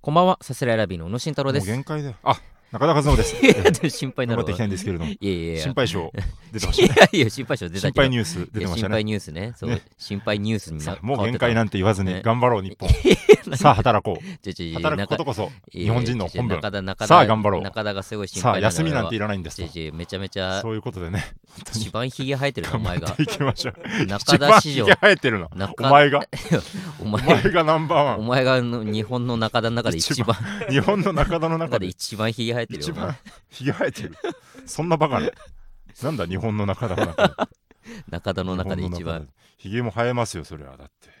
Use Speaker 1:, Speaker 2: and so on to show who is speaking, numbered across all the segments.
Speaker 1: こんばんは、さすらいラビーの小野慎太郎で
Speaker 2: もう
Speaker 1: す。
Speaker 2: 限界だよ。あ、中田和伸です。
Speaker 1: いや心配 な
Speaker 2: 頑
Speaker 1: の
Speaker 2: 張っていきたいんですけれども、
Speaker 1: いやいやいや。
Speaker 2: 心配性出てまし
Speaker 1: い
Speaker 2: たね。
Speaker 1: やいや、心配 症出た
Speaker 2: 心
Speaker 1: けど。
Speaker 2: 配ニュース出てま
Speaker 1: いや
Speaker 2: した
Speaker 1: 心配
Speaker 2: ね。
Speaker 1: ニュースね。そう
Speaker 2: ね。
Speaker 1: 心配ニュースにな
Speaker 2: さあもう限界なんて言わずに
Speaker 1: ね
Speaker 2: 頑張ろう日本。さあ働こう。
Speaker 1: ちょちょちょ
Speaker 2: 働くことこそ
Speaker 1: いやい
Speaker 2: 日
Speaker 1: や
Speaker 2: 本人の本分
Speaker 1: 中。田中田
Speaker 2: さあ頑張ろう
Speaker 1: 中田がすごい心配
Speaker 2: さあ休みなんていらないんです
Speaker 1: ちょ
Speaker 2: と。
Speaker 1: ちょめちゃめちゃ
Speaker 2: そういうことでね、本当
Speaker 1: 一
Speaker 2: に
Speaker 1: 番ひげ生えてるなお
Speaker 2: 頑
Speaker 1: 前
Speaker 2: 張
Speaker 1: が
Speaker 2: っていきましょう。
Speaker 1: 中
Speaker 2: 一
Speaker 1: 田
Speaker 2: 番
Speaker 1: 史
Speaker 2: ひ
Speaker 1: 上
Speaker 2: げ生えてるな。
Speaker 1: 中
Speaker 2: お
Speaker 1: 田
Speaker 2: 前が、
Speaker 1: お
Speaker 2: お
Speaker 1: 前
Speaker 2: 前がナンバー
Speaker 1: お
Speaker 2: ワ
Speaker 1: 前があの日本の中田の中で一番
Speaker 2: ン。日本の中田の中
Speaker 1: 中で
Speaker 2: で
Speaker 1: 一番ひげ生えてる
Speaker 2: 一
Speaker 1: よお前
Speaker 2: 番ひげ生えてる。そんなバカな。なんだ日本の中田の中で。
Speaker 1: 中田の中で一番。
Speaker 2: ひげも生えますよそれはだって。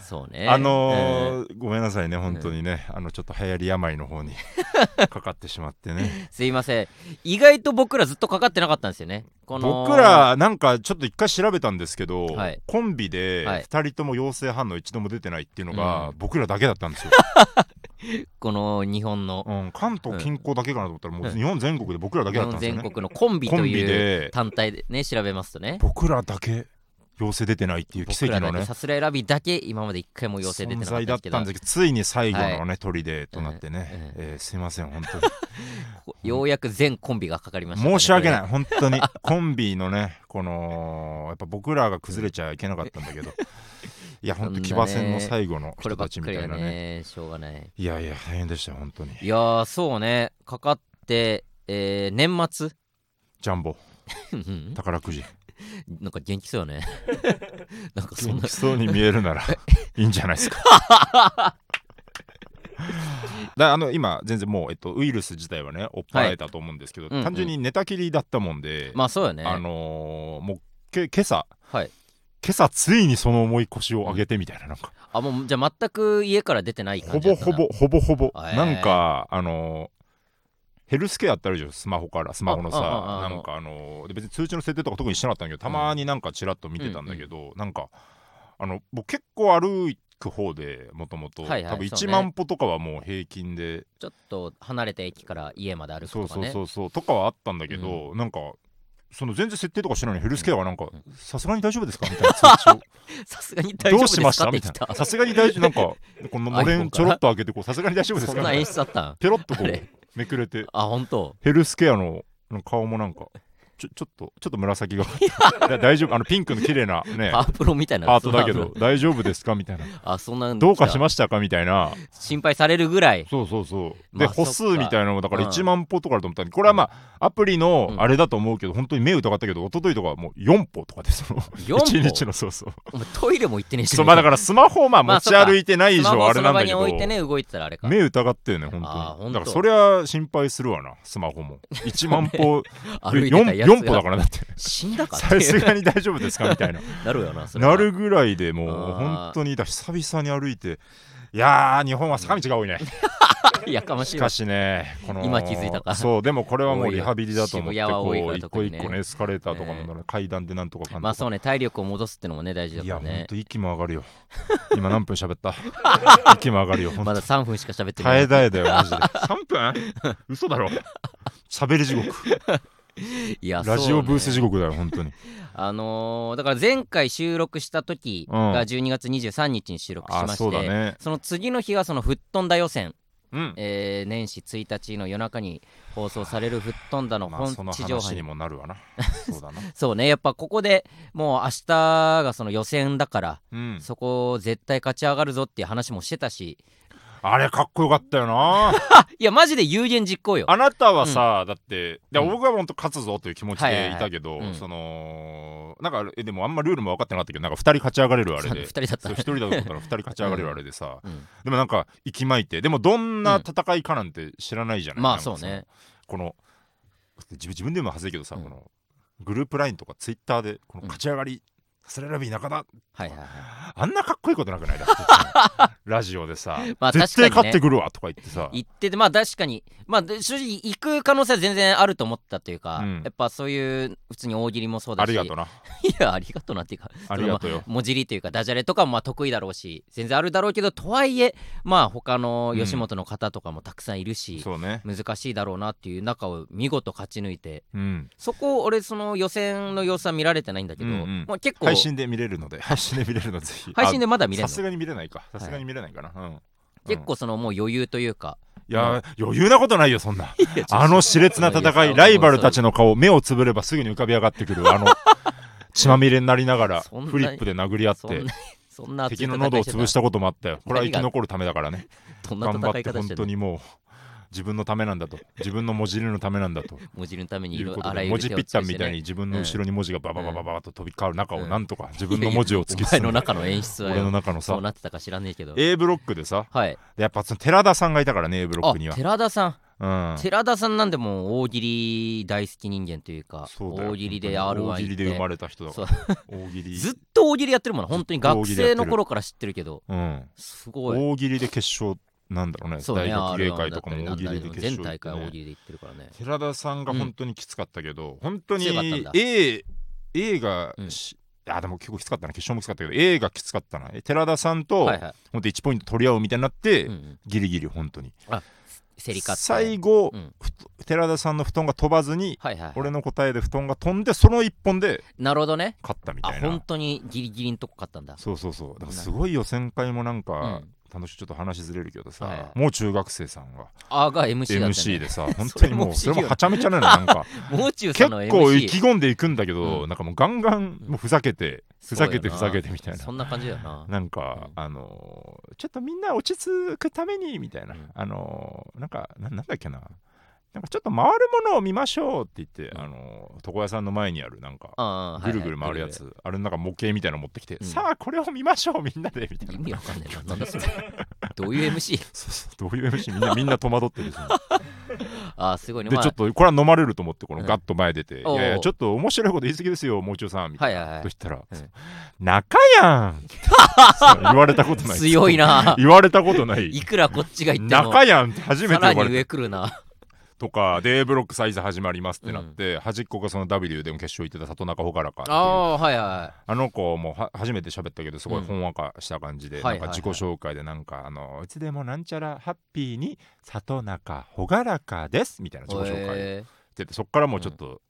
Speaker 1: そうね
Speaker 2: あ
Speaker 1: うん
Speaker 2: のーごめんなさいね、本当にね、あのちょっと流行り病の方に かかってしまってね、
Speaker 1: すいません意外と僕らずっとかかってなかったんですよねこの
Speaker 2: 僕ら、なんかちょっと一回調べたんですけど、
Speaker 1: はい
Speaker 2: コンビで
Speaker 1: はい
Speaker 2: 2人とも陽性反応一度も出てないっていうのが、
Speaker 1: う
Speaker 2: 僕らだけだったんで すよ、
Speaker 1: この日本の
Speaker 2: うん、関東近郊だけかなと思ったら、もう
Speaker 1: うん
Speaker 2: 日本全国で僕らだけ
Speaker 1: 日
Speaker 2: だった
Speaker 1: 本
Speaker 2: んですよ
Speaker 1: 全
Speaker 2: ね。
Speaker 1: 国のコンビ
Speaker 2: コン
Speaker 1: と
Speaker 2: ビ
Speaker 1: いう
Speaker 2: で
Speaker 1: 単体でね調べますとね
Speaker 2: 僕らだけ陽性出てないっていう奇
Speaker 1: 僕
Speaker 2: 跡
Speaker 1: ら
Speaker 2: の
Speaker 1: だけ
Speaker 2: ね
Speaker 1: さすらいラビだけ今まで一回も陽性出て
Speaker 2: 存
Speaker 1: なかったん
Speaker 2: 在
Speaker 1: で
Speaker 2: だっ
Speaker 1: すけ
Speaker 2: た
Speaker 1: ど
Speaker 2: んですけどついに最後のね、砦となって
Speaker 1: うんうん
Speaker 2: ね、えーすいません本当に
Speaker 1: こようやく全コンビがかかりましたね、
Speaker 2: 申し訳ない い本当にコンビのねこのやっぱ僕らが崩れちゃいけなかったんだ けどいや本当騎馬戦の最後の
Speaker 1: これば
Speaker 2: 人た
Speaker 1: っ
Speaker 2: ち
Speaker 1: か
Speaker 2: みた
Speaker 1: り
Speaker 2: い
Speaker 1: は
Speaker 2: な
Speaker 1: ね
Speaker 2: ね
Speaker 1: しょうがない
Speaker 2: いやいや大変でしたよ本当に
Speaker 1: いやーそうねかかって、えー年末
Speaker 2: ジャンボ
Speaker 1: うん
Speaker 2: 宝くじ
Speaker 1: なんか元気そうよ ねなんかそん
Speaker 2: 元
Speaker 1: な
Speaker 2: 気そうに見え るならいいんじゃないですかだあの今全然もう、えっと、ウイルス自体はね追っ払えたと思うんですけど、
Speaker 1: いうんうん
Speaker 2: 単純に寝たきりだったもんで、
Speaker 1: まあそうよね
Speaker 2: あのーもうけ今朝
Speaker 1: はい
Speaker 2: 今朝ついにその重い腰を上げてみたいななんか
Speaker 1: あもうじゃあ全く家から出てない
Speaker 2: ほ
Speaker 1: 感じだ
Speaker 2: ぼ
Speaker 1: った
Speaker 2: ほ
Speaker 1: な
Speaker 2: ぼほぼほぼ、
Speaker 1: えー
Speaker 2: なんかあのヘルスケアってあるじゃんスマホからスマホの
Speaker 1: ああああ
Speaker 2: さ
Speaker 1: あ
Speaker 2: なんかあので別に通知の設定とか特にしてなかったんだけどたまになんかちらっと見てたんだけど、なんかあの僕結構歩く方でもともと多
Speaker 1: はいはい
Speaker 2: 分
Speaker 1: そう
Speaker 2: 1
Speaker 1: ね
Speaker 2: 万歩とかはもう平均で
Speaker 1: ちょっと離れた駅から家まで歩く
Speaker 2: そう
Speaker 1: とか
Speaker 2: そう
Speaker 1: ね
Speaker 2: そうそうとかはあったんだけど、なんかその全然設定とかしてないのにヘルスケアがなんか
Speaker 1: うん
Speaker 2: さすがに大丈夫ですかみたい な通知を
Speaker 1: さすがに大丈
Speaker 2: ど
Speaker 1: 夫
Speaker 2: う
Speaker 1: です
Speaker 2: しまし
Speaker 1: か
Speaker 2: た
Speaker 1: って
Speaker 2: み
Speaker 1: 来
Speaker 2: たい
Speaker 1: た
Speaker 2: なさすがに大丈夫なんかこののれ
Speaker 1: iPhone
Speaker 2: ん
Speaker 1: か
Speaker 2: ちょろっと開けてこうさすがに大丈夫です
Speaker 1: そ
Speaker 2: か
Speaker 1: ん
Speaker 2: み
Speaker 1: な
Speaker 2: たい
Speaker 1: 演
Speaker 2: な
Speaker 1: 出だったん
Speaker 2: ペロッとこ
Speaker 1: あれ
Speaker 2: うめくれて
Speaker 1: あ本当
Speaker 2: ヘルスケアのの顔もなんかちょちょっとちょっと紫がだ大丈夫あのピンクの綺麗なね
Speaker 1: パープロみたいな
Speaker 2: パートだけど大丈夫ですか みたいな
Speaker 1: あそんな
Speaker 2: どうかし
Speaker 1: ま
Speaker 2: ましたかみたいな
Speaker 1: 心配されるぐらい
Speaker 2: そうそうそう
Speaker 1: ま
Speaker 2: で
Speaker 1: あ
Speaker 2: 歩数
Speaker 1: そっか
Speaker 2: みたいなのもだか
Speaker 1: う
Speaker 2: ら
Speaker 1: ん
Speaker 2: 1万歩とかだと思ったのにこれはまあアプリの
Speaker 1: うん
Speaker 2: あれだと思うけど本当に目疑ったけど一昨日とかはもう4歩とかでその
Speaker 1: 4歩
Speaker 2: 1日のそうそう
Speaker 1: お前トイレも行ってねえし
Speaker 2: そうまあだからスマホをまあ
Speaker 1: まあ
Speaker 2: 持ち歩いてない以
Speaker 1: スマ
Speaker 2: 上
Speaker 1: ホ
Speaker 2: あれなんだけ
Speaker 1: その
Speaker 2: ど
Speaker 1: 場に置いてね動いてたらあれか
Speaker 2: 目疑ってよね
Speaker 1: あー
Speaker 2: 本当
Speaker 1: ほんと
Speaker 2: にだからそりゃ心配するわなスマホ も1万歩
Speaker 1: 歩いてたやつ
Speaker 2: 4歩だ
Speaker 1: が
Speaker 2: から だって
Speaker 1: 死んだかって
Speaker 2: さ
Speaker 1: い
Speaker 2: す
Speaker 1: う
Speaker 2: がに大丈夫ですかみたいな
Speaker 1: なるよな それは
Speaker 2: なるぐらいでもう
Speaker 1: あー
Speaker 2: 本当にだ久々に歩いていやー日本は坂道が多いね
Speaker 1: やかまし
Speaker 2: し
Speaker 1: いわ
Speaker 2: かしねこの
Speaker 1: 今気づいたか
Speaker 2: そうでもこれは
Speaker 1: 多
Speaker 2: もう
Speaker 1: いよ
Speaker 2: リハビリだと思って
Speaker 1: 渋谷は多い
Speaker 2: こ
Speaker 1: わ
Speaker 2: う一個一
Speaker 1: 特に
Speaker 2: 個
Speaker 1: ね
Speaker 2: ねエスカレーターとかもね階段でなんとかかん
Speaker 1: まあ
Speaker 2: と
Speaker 1: そ
Speaker 2: か
Speaker 1: うね体力を戻すってのもね大事だ
Speaker 2: い
Speaker 1: か
Speaker 2: や
Speaker 1: ら
Speaker 2: 本
Speaker 1: ね
Speaker 2: 当息も上 がるよ今何分喋った息も上がるよ本
Speaker 1: まだ
Speaker 2: 当
Speaker 1: 3分しか喋ってな
Speaker 2: 耐え
Speaker 1: い
Speaker 2: 耐えだよ マジで3分嘘だろ喋り地獄
Speaker 1: いや
Speaker 2: ラジオブ
Speaker 1: そ
Speaker 2: ー
Speaker 1: う
Speaker 2: ス
Speaker 1: ね
Speaker 2: 地獄だよ 本当に
Speaker 1: あのーだから前回収録した時が12月23日に収録し
Speaker 2: あ
Speaker 1: まして、
Speaker 2: そうだね
Speaker 1: その次の日がその吹っ飛んだ予選、
Speaker 2: うん
Speaker 1: えー年始1日の夜中に放送される吹っ飛んだの
Speaker 2: まあ
Speaker 1: 本
Speaker 2: その
Speaker 1: 地上波
Speaker 2: 話
Speaker 1: に
Speaker 2: にもなる わなそうだな
Speaker 1: そうねやっぱここでもう明日がその予選だから、
Speaker 2: うん
Speaker 1: そこを絶対勝ち上がるぞっていう話もしてたし
Speaker 2: あれかっこよかった よな
Speaker 1: いやマジで有言実行よ
Speaker 2: あなたはさ、だってで
Speaker 1: うん
Speaker 2: 僕は本当勝つぞという気持ち
Speaker 1: はいはい
Speaker 2: で
Speaker 1: はい
Speaker 2: いたけど、
Speaker 1: うん
Speaker 2: そのなんかえでもあんまルールも分かってなかったけどなんか2人勝ち上がれるあれ
Speaker 1: 2
Speaker 2: で。
Speaker 1: 人だった
Speaker 2: そう一人だと思ったら2人勝ち上がれるあれでさ、
Speaker 1: うん
Speaker 2: でもなんか息巻いてでもどんな戦いかなんて知らないじゃない、
Speaker 1: ま
Speaker 2: な
Speaker 1: あ
Speaker 2: んか
Speaker 1: そうね
Speaker 2: この自分自分で言うのも恥ずいけどさ、
Speaker 1: うん
Speaker 2: このグループラインとかツイッターでこの勝ち上がり、スレラビー中田
Speaker 1: はいはいはい
Speaker 2: あんなかっこいいことなくない だってそのラジオでさ、
Speaker 1: まあ
Speaker 2: 絶対
Speaker 1: 確かにね
Speaker 2: 勝ってくるわとか言ってさ
Speaker 1: 行っててまあ確かにまあで正直行く可能性は全然あると思ったというか、
Speaker 2: うん
Speaker 1: やっぱそういう普通に大喜利もそうだ
Speaker 2: あ
Speaker 1: し
Speaker 2: りがとうな
Speaker 1: いやありがとうなっていうか
Speaker 2: ありがとうよ、
Speaker 1: もじりというかダジャレとかもまあ得意だろうし全然あるだろうけどとはいえまあ他の吉本の方とかもたくさんいるし、
Speaker 2: そうね
Speaker 1: 難しいだろうなっていう中を見事勝ち抜いて
Speaker 2: うん
Speaker 1: そこ俺その予選の様子は見られてないんだけど、
Speaker 2: うんうん
Speaker 1: まあ、結構
Speaker 2: 配信で見れるので配信で見れるのでぜひ
Speaker 1: 配信
Speaker 2: で
Speaker 1: でまだ見れ
Speaker 2: さ
Speaker 1: る
Speaker 2: す
Speaker 1: の
Speaker 2: がに見れないかさすがに見れないかな、うん
Speaker 1: 結構そのもう余裕というか、
Speaker 2: いやー余裕なことない よそんなあの熾烈な戦
Speaker 1: いや
Speaker 2: いライバルた
Speaker 1: そ
Speaker 2: ちの顔目をつぶればすぐに浮かび上がって くるあの血まみれになりながら
Speaker 1: そんな
Speaker 2: フリップで殴り合っ
Speaker 1: そん
Speaker 2: て
Speaker 1: な そんな熱い
Speaker 2: 敵
Speaker 1: 戦
Speaker 2: の
Speaker 1: い
Speaker 2: 喉を潰したこともあったよこれは
Speaker 1: 何
Speaker 2: 生
Speaker 1: が
Speaker 2: き残るためだからね
Speaker 1: どんな
Speaker 2: 頑張
Speaker 1: 戦
Speaker 2: っ
Speaker 1: い
Speaker 2: て
Speaker 1: 方
Speaker 2: 本
Speaker 1: して
Speaker 2: 当
Speaker 1: るの
Speaker 2: にもう自分のためなんだと自分の文字入れのためなんだと
Speaker 1: 文字のために
Speaker 2: い
Speaker 1: いう
Speaker 2: こ
Speaker 1: ろ
Speaker 2: と
Speaker 1: あら
Speaker 2: で
Speaker 1: ゆ
Speaker 2: 文
Speaker 1: る
Speaker 2: 字
Speaker 1: 手
Speaker 2: ピ
Speaker 1: を
Speaker 2: ッ
Speaker 1: 尽
Speaker 2: タ
Speaker 1: く
Speaker 2: ン
Speaker 1: して
Speaker 2: みたいに
Speaker 1: ね
Speaker 2: 自分の後ろに文字がババババババッと飛び交う中
Speaker 1: う
Speaker 2: を
Speaker 1: ん
Speaker 2: なんとか自分の文字を突き
Speaker 1: お前
Speaker 2: 進
Speaker 1: の
Speaker 2: む
Speaker 1: 中の演出は
Speaker 2: 俺の
Speaker 1: よ
Speaker 2: 中の
Speaker 1: そ
Speaker 2: さ
Speaker 1: うなってたか知らねえけど
Speaker 2: A ブロックでさ
Speaker 1: はい
Speaker 2: やっぱその寺田さんがいたからね A ブロッ
Speaker 1: あ
Speaker 2: クには
Speaker 1: 寺田さん
Speaker 2: うん
Speaker 1: 寺田さんなんでもう大喜利大好き人間というか
Speaker 2: そうだよ
Speaker 1: 大喜利で
Speaker 2: 本
Speaker 1: R1
Speaker 2: 当に大喜利で生ま
Speaker 1: れ
Speaker 2: れた人だ
Speaker 1: そう
Speaker 2: から大喜 利
Speaker 1: ずっと大喜利やってるもんな本当に
Speaker 2: ずっと
Speaker 1: 学
Speaker 2: 大喜利やって
Speaker 1: 生
Speaker 2: る
Speaker 1: の頃から知ってるけど
Speaker 2: うん
Speaker 1: すごい
Speaker 2: 大喜利で決勝なんだろうね
Speaker 1: そうね
Speaker 2: 大学芸
Speaker 1: R1
Speaker 2: 会とかも
Speaker 1: だった
Speaker 2: 大
Speaker 1: り
Speaker 2: 喜利で
Speaker 1: なんだり
Speaker 2: 決勝
Speaker 1: 全大会
Speaker 2: 行
Speaker 1: 大
Speaker 2: ってね
Speaker 1: 喜利で行ってるからね
Speaker 2: 寺田さんが本当にきつかったけど、本当
Speaker 1: 強かったん
Speaker 2: に
Speaker 1: だ
Speaker 2: A, A が
Speaker 1: うん
Speaker 2: し、あでも結構きつかったな決勝もきつかったけど A がきつかったなえ寺田さんと、
Speaker 1: はいはい
Speaker 2: 本当1ポイント取り合うみたいになって、
Speaker 1: うんうん
Speaker 2: ギリギリ本当に
Speaker 1: 競り勝って
Speaker 2: 最後、
Speaker 1: うん
Speaker 2: ふと寺田さんの布団が飛ばずに、
Speaker 1: はいはい
Speaker 2: 俺の答えで布団が飛んでその1本で
Speaker 1: なるほどね
Speaker 2: 勝ったみ
Speaker 1: あ
Speaker 2: たい
Speaker 1: 本
Speaker 2: な
Speaker 1: 当にギリギリのとこ勝ったんだ
Speaker 2: そうそうそうだからすごい予選会もなんか、楽しいちょっと話ずれるけどさ、
Speaker 1: はいはい
Speaker 2: もう中学生さんが
Speaker 1: あが MC だった
Speaker 2: MC
Speaker 1: ね
Speaker 2: でさ本当にも う
Speaker 1: そ
Speaker 2: そ
Speaker 1: れも不思
Speaker 2: れ
Speaker 1: 議よね
Speaker 2: もはちゃめちゃなのなんか
Speaker 1: もう中さ
Speaker 2: 結
Speaker 1: んの MC
Speaker 2: 構意気込んでいくんだけど、
Speaker 1: うん
Speaker 2: なんかもうガンガンもうふざけて、ふざけてふざけてみたいな
Speaker 1: そ。んな感じだよな
Speaker 2: なんか、
Speaker 1: う
Speaker 2: あのーちょっとみんな落ち着くためにみたいな、
Speaker 1: うん
Speaker 2: あのーなんかななんだっけななんかちょっと回るものを見ましょうって言って、
Speaker 1: うん
Speaker 2: あのー床屋さんの前にあるなんか
Speaker 1: ああ
Speaker 2: ぐるぐる回るやつ、あれのなんか模型みたいなの持ってきて、
Speaker 1: うん
Speaker 2: さあこれを見ましょうみんなでみたい
Speaker 1: 意
Speaker 2: な
Speaker 1: 味わかんねえななんだそれどういう MC?
Speaker 2: そうそうどういう MC みんなみんな戸 惑ってるその
Speaker 1: ああすごいね
Speaker 2: で
Speaker 1: まあ
Speaker 2: ちょっとこれは飲まれると思ってこの
Speaker 1: うん
Speaker 2: ガッと前出て、
Speaker 1: おう
Speaker 2: いやいやちょっと面白いこと言い過ぎですよもう中さんみたいな
Speaker 1: はいはいはい
Speaker 2: そしたら、
Speaker 1: うん
Speaker 2: 中やんそう 言われたことない
Speaker 1: 強い な
Speaker 2: 言われたことない
Speaker 1: いくらこっちが言っても
Speaker 2: 中やんって初め
Speaker 1: さ
Speaker 2: て
Speaker 1: ら
Speaker 2: 呼
Speaker 1: に
Speaker 2: ばれ
Speaker 1: 上
Speaker 2: た
Speaker 1: 来るな
Speaker 2: とかで A ブロックサイズ始まりますってなって、端っこがその W でも決勝行ってた里中ほがらかっていう
Speaker 1: ああはいは
Speaker 2: あの子もは初めて喋ったけどすご
Speaker 1: う
Speaker 2: い
Speaker 1: ん
Speaker 2: ほんわかした感じで、
Speaker 1: はいはいはい
Speaker 2: なんか自己紹介でなんかあのいつでもなんちゃらハッピーに里中ほがらかですみたいない自己紹
Speaker 1: へ
Speaker 2: 介
Speaker 1: え
Speaker 2: っててそっからもうちょっと、